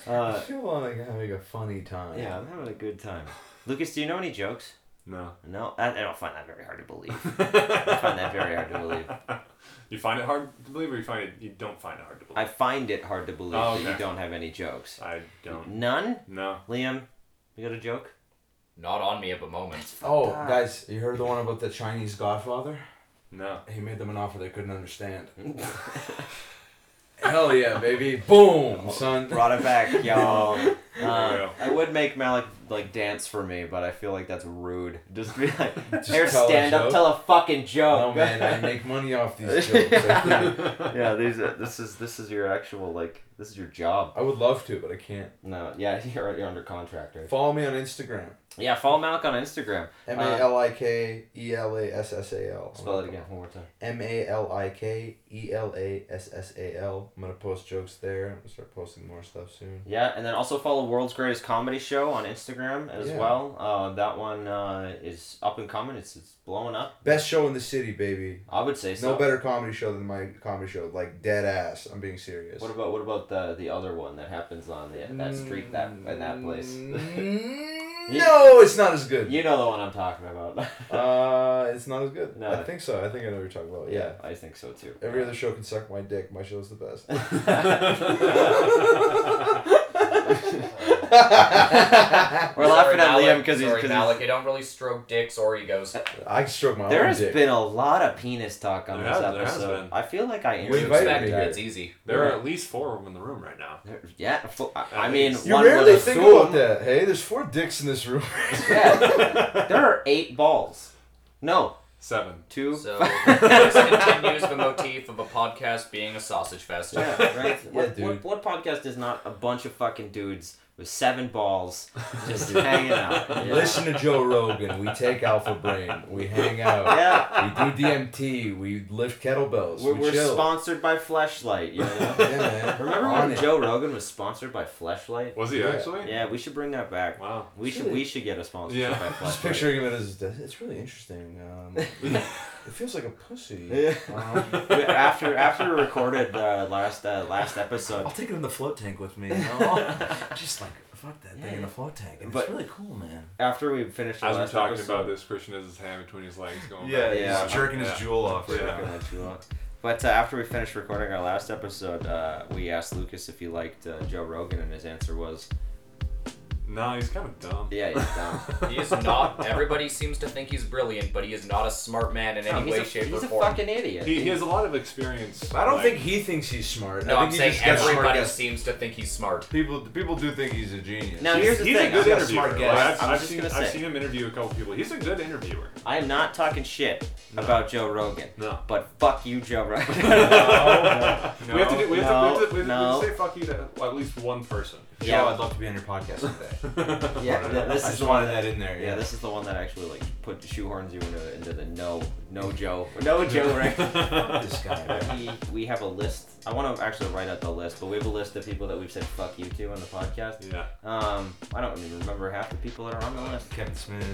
Speaker 3: I
Speaker 2: uh,
Speaker 3: feel like having a funny time.
Speaker 2: yeah, I'm having a good time. Lucas, do you know any jokes?
Speaker 4: No.
Speaker 2: No, I, I don't find that very hard to believe. I find that very hard to believe.
Speaker 4: You find it hard to believe, or you find it you don't find it hard to
Speaker 2: I
Speaker 4: believe.
Speaker 2: find it hard to believe
Speaker 4: Oh,
Speaker 2: that you
Speaker 4: okay.
Speaker 2: don't have any jokes.
Speaker 4: I, don't.
Speaker 2: None,
Speaker 4: No.
Speaker 2: Liam. You got a joke?
Speaker 5: Not on me at the moment.
Speaker 8: Oh, guys, you heard the one about the Chinese Godfather?
Speaker 4: No.
Speaker 8: He made them an offer they couldn't understand. Hell yeah, baby! Boom, son.
Speaker 2: Brought it back, y'all. Uh,
Speaker 4: go.
Speaker 2: I would make Malik like dance for me, but I feel like that's rude. Just be like,
Speaker 8: Just
Speaker 2: "Here,
Speaker 8: tell a
Speaker 2: stand up,
Speaker 8: joke."
Speaker 2: tell a fucking
Speaker 8: Oh
Speaker 2: joke.
Speaker 8: man, I make money off these jokes. I, can't.
Speaker 2: yeah, these. Are, this is this is your actual like this is your job.
Speaker 8: I would love to, but I can't.
Speaker 2: No, yeah, you're you're under contract, right?
Speaker 8: Follow me on Instagram.
Speaker 2: Yeah, follow Malik on Instagram.
Speaker 3: M A L I K E L A S S A L.
Speaker 2: Uh, Spell it again one more time.
Speaker 3: M A L I K E L A S S A L. I'm gonna post jokes there. I'm gonna start posting more stuff soon.
Speaker 2: Yeah, and then also follow World's Greatest Comedy Show on Instagram as
Speaker 3: Yeah.
Speaker 2: well. Uh, that one uh, is up and coming. It's it's blowing up.
Speaker 3: Best show in the city, baby.
Speaker 2: I would say so.
Speaker 3: No better comedy show than my comedy show. Like dead ass. I'm being serious.
Speaker 2: What about what about the the other one that happens on the, that street that in that place?
Speaker 3: Mm. Mm-hmm. no, it's not as good.
Speaker 2: you know the one I'm talking about.
Speaker 3: Uh, it's not as good.
Speaker 2: No.
Speaker 3: I think so. I think I know what you're talking about. Yeah.
Speaker 2: I think so too.
Speaker 3: Every other show can suck my dick. My show's the best.
Speaker 2: We're laughing at
Speaker 5: Sorry,
Speaker 2: Liam
Speaker 5: Malik.
Speaker 2: because he's
Speaker 5: Sorry,
Speaker 2: because
Speaker 5: Malik. I don't really stroke dicks or egos.
Speaker 3: I can stroke my
Speaker 2: there
Speaker 3: own
Speaker 2: has
Speaker 3: dick.
Speaker 2: been a lot of penis talk on
Speaker 4: There
Speaker 2: this
Speaker 4: has- there has
Speaker 2: episode.
Speaker 4: been.
Speaker 2: I feel like I
Speaker 3: We
Speaker 5: You
Speaker 3: invited
Speaker 5: expect
Speaker 3: me
Speaker 5: that
Speaker 3: here.
Speaker 5: it's easy.
Speaker 4: There are at least four of them in the room right now.
Speaker 2: There- Yeah, fo- I I mean,
Speaker 4: least.
Speaker 3: Uh, you
Speaker 2: one
Speaker 3: rarely
Speaker 2: would
Speaker 3: think
Speaker 2: assume-
Speaker 3: about that. Hey, there's four dicks in this room.
Speaker 2: Yeah, there are eight balls. No,
Speaker 4: Seven.
Speaker 2: two.
Speaker 5: So this continues the motif of a podcast being a sausage fest.
Speaker 2: Yeah, right. what,
Speaker 3: dude.
Speaker 2: What, what podcast is not a bunch of fucking dudes with seven balls just hanging out? you know?
Speaker 8: Listen to Joe Rogan. We take alpha brain. We hang out.
Speaker 2: Yeah.
Speaker 8: We do DMT. We lift kettlebells.
Speaker 2: We're,
Speaker 8: we
Speaker 2: we're
Speaker 8: chill.
Speaker 2: sponsored by Fleshlight. You know?
Speaker 8: yeah, man.
Speaker 2: Remember
Speaker 8: On
Speaker 2: when
Speaker 8: it.
Speaker 2: Joe Rogan was sponsored by Fleshlight?
Speaker 4: Was he
Speaker 3: Yeah.
Speaker 4: actually?
Speaker 2: Yeah, we should bring that back.
Speaker 4: Wow.
Speaker 2: We should we should get a sponsorship
Speaker 4: Yeah.
Speaker 2: by
Speaker 3: Just
Speaker 2: Fleshlight.
Speaker 3: picturing him as it's really interesting. Um, it feels like a pussy. Um,
Speaker 2: We- after after we recorded uh, last uh, last episode,
Speaker 8: take it in the float tank with me. You know? Just like fuck that thing in a float tank. And
Speaker 2: But-
Speaker 8: really cool, man.
Speaker 2: after we finished the
Speaker 4: As we're
Speaker 2: last
Speaker 4: talking
Speaker 2: episode,
Speaker 4: about this, Christian has his hand between his legs going.
Speaker 8: Oh, Yeah,
Speaker 4: back.
Speaker 8: he's
Speaker 2: Yeah.
Speaker 8: jerking
Speaker 4: Yeah.
Speaker 8: his jewel off. Right
Speaker 4: Yeah.
Speaker 8: now.
Speaker 2: that you want. But uh, after we finished recording our last episode, uh, we asked Lucas if he liked uh, Joe Rogan, and his answer was,
Speaker 4: No, he's kind of dumb.
Speaker 2: "Yeah, he's dumb."
Speaker 5: He is not. Everybody seems to think he's brilliant, but he is not a smart man in any
Speaker 2: he's
Speaker 5: way,
Speaker 2: a,
Speaker 5: shape,
Speaker 2: he's
Speaker 5: or
Speaker 2: a
Speaker 5: form.
Speaker 2: fucking idiot.
Speaker 4: He, he has a lot of experience.
Speaker 8: I don't
Speaker 4: like-
Speaker 8: think he thinks he's smart.
Speaker 5: no,
Speaker 8: I
Speaker 5: I'm
Speaker 8: think he
Speaker 5: saying
Speaker 8: just gets smart
Speaker 5: everybody
Speaker 8: guys.
Speaker 5: seems to think he's smart.
Speaker 8: People, people do think he's a genius.
Speaker 2: now
Speaker 4: He's,
Speaker 2: here's the
Speaker 4: he's
Speaker 2: thing:
Speaker 4: a good
Speaker 2: I'm-
Speaker 8: got a
Speaker 4: interviewer.
Speaker 8: smart guess.
Speaker 4: Like, I've,
Speaker 2: I'm
Speaker 4: I've
Speaker 2: just
Speaker 4: seen,
Speaker 2: gonna
Speaker 4: I've
Speaker 2: say.
Speaker 4: seen him interview a couple people. He's a good interviewer.
Speaker 2: I am not talking shit about Joe Rogan.
Speaker 4: No.
Speaker 2: But fuck you, Joe Rogan.
Speaker 4: we have to do. We have, to,
Speaker 2: no,
Speaker 4: we have, to, we have, to, we have
Speaker 2: no.
Speaker 4: to say fuck you to at least one person.
Speaker 8: Joe,
Speaker 2: Yeah.
Speaker 8: I'd love to be on your podcast today.
Speaker 2: Yeah, th- this
Speaker 3: I
Speaker 2: is
Speaker 3: just
Speaker 2: the one
Speaker 3: wanted
Speaker 2: that.
Speaker 3: that in there.
Speaker 2: Yeah,
Speaker 3: Yeah.
Speaker 2: this is the one that actually like put shoehorns you into, into the no, no Joe, no Joe rank.
Speaker 3: This guy.
Speaker 2: we, we have a list. I want to actually write out the list, but we have a list of people that we've said fuck you to on the podcast.
Speaker 4: Yeah.
Speaker 2: Um, I don't even remember half the people that are on the list.
Speaker 3: Kevin Smith.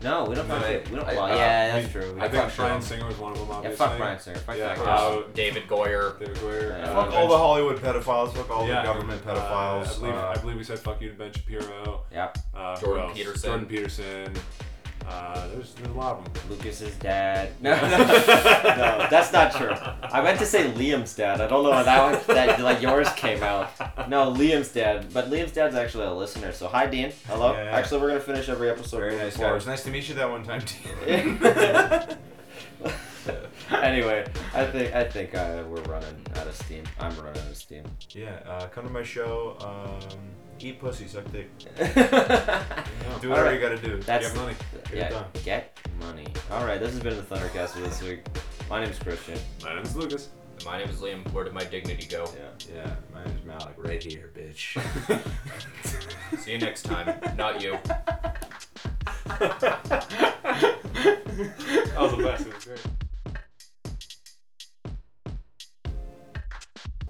Speaker 2: No, we don't.
Speaker 4: No,
Speaker 2: fuck- we don't.
Speaker 4: I-
Speaker 2: well,
Speaker 4: uh,
Speaker 2: yeah, that's
Speaker 4: we-
Speaker 2: true. We
Speaker 4: I
Speaker 2: fuck
Speaker 4: think
Speaker 2: Sean.
Speaker 4: Brian Singer was one of them,
Speaker 2: Yeah,
Speaker 4: obviously.
Speaker 2: fuck Brian Singer. Fuck
Speaker 4: Yeah,
Speaker 2: that guy.
Speaker 4: uh,
Speaker 5: David Goyer.
Speaker 4: David Goyer.
Speaker 2: Yeah.
Speaker 4: uh,
Speaker 3: Fuck all the Hollywood pedophiles. Fuck all
Speaker 4: Yeah.
Speaker 3: the government
Speaker 4: uh,
Speaker 3: pedophiles.
Speaker 4: I, believe,
Speaker 3: uh,
Speaker 4: I believe we said fuck you to Ben Shapiro.
Speaker 2: Yeah.
Speaker 4: Uh, who
Speaker 5: Jordan
Speaker 4: else?
Speaker 5: Peterson.
Speaker 4: Jordan Peterson. Uh, there's, there's a lot of them.
Speaker 2: Lucas's dad. No, no, no, that's not true. I meant to say Liam's dad. I don't know how that one, that like yours came out. No, Liam's dad. But Liam's dad's actually a listener. So hi, Dean. Hello.
Speaker 3: Yeah.
Speaker 2: Actually, we're gonna finish every episode.
Speaker 3: Very
Speaker 2: moving
Speaker 3: nice guy. It
Speaker 2: forward.
Speaker 3: was nice to meet you that one time.
Speaker 2: anyway, I think I think uh, we're running out of steam. I'm running out of steam.
Speaker 3: yeah, uh, come to my show. Um, eat pussy, suck dick. Do
Speaker 2: All
Speaker 3: whatever
Speaker 2: right.
Speaker 3: you gotta do.
Speaker 2: That's
Speaker 4: Get money.
Speaker 2: yeah.
Speaker 3: done.
Speaker 2: Get money. All right, this has been the Thundercast for this week. My name's Christian.
Speaker 4: My name's Lucas.
Speaker 5: My name is Liam. Where did my dignity go?
Speaker 2: Yeah.
Speaker 3: Yeah, my name's Malik. Right here, bitch.
Speaker 5: See you next time. Not you.
Speaker 4: That was Oh, the best. It was great.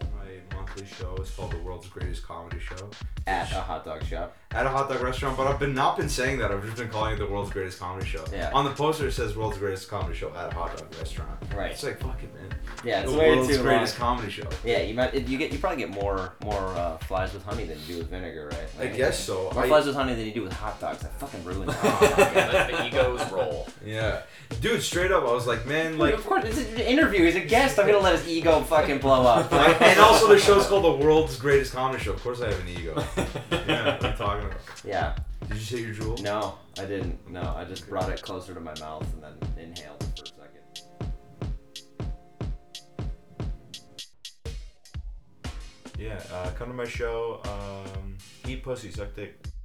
Speaker 3: my monthly show is called The World's Greatest Comedy Show.
Speaker 2: At a hot dog shop.
Speaker 3: At a hot dog restaurant, but I've been not been saying that. I've just been calling it the world's greatest comedy show.
Speaker 2: Yeah.
Speaker 3: On the poster it says world's greatest comedy show at a hot dog restaurant.
Speaker 2: Right.
Speaker 3: It's like fuck it, man.
Speaker 2: Yeah, it's
Speaker 3: the
Speaker 2: way
Speaker 3: world's
Speaker 2: too long.
Speaker 3: greatest comedy show.
Speaker 2: Yeah, you might you get you probably get more more uh, flies with honey than you do with vinegar, right?
Speaker 3: I guess so.
Speaker 2: more
Speaker 3: I-
Speaker 2: flies with honey than you do with hot dogs. That fucking ruins. Hot dog.
Speaker 5: Yeah, let the egos roll.
Speaker 3: yeah, dude. Straight up, I was like, man, like
Speaker 2: of course, it's an interview. He's a guest. I'm gonna let his ego fucking blow up.
Speaker 3: and also the show's called the world's greatest comedy show. Of course, I have an ego. yeah, what are you talking about?
Speaker 2: yeah.
Speaker 3: Did you say your jewel?
Speaker 2: No, I didn't. No, I just brought it closer to my mouth and then inhaled it for a second.
Speaker 3: Yeah, uh, come to my show. Um, eat pussy, suck dick.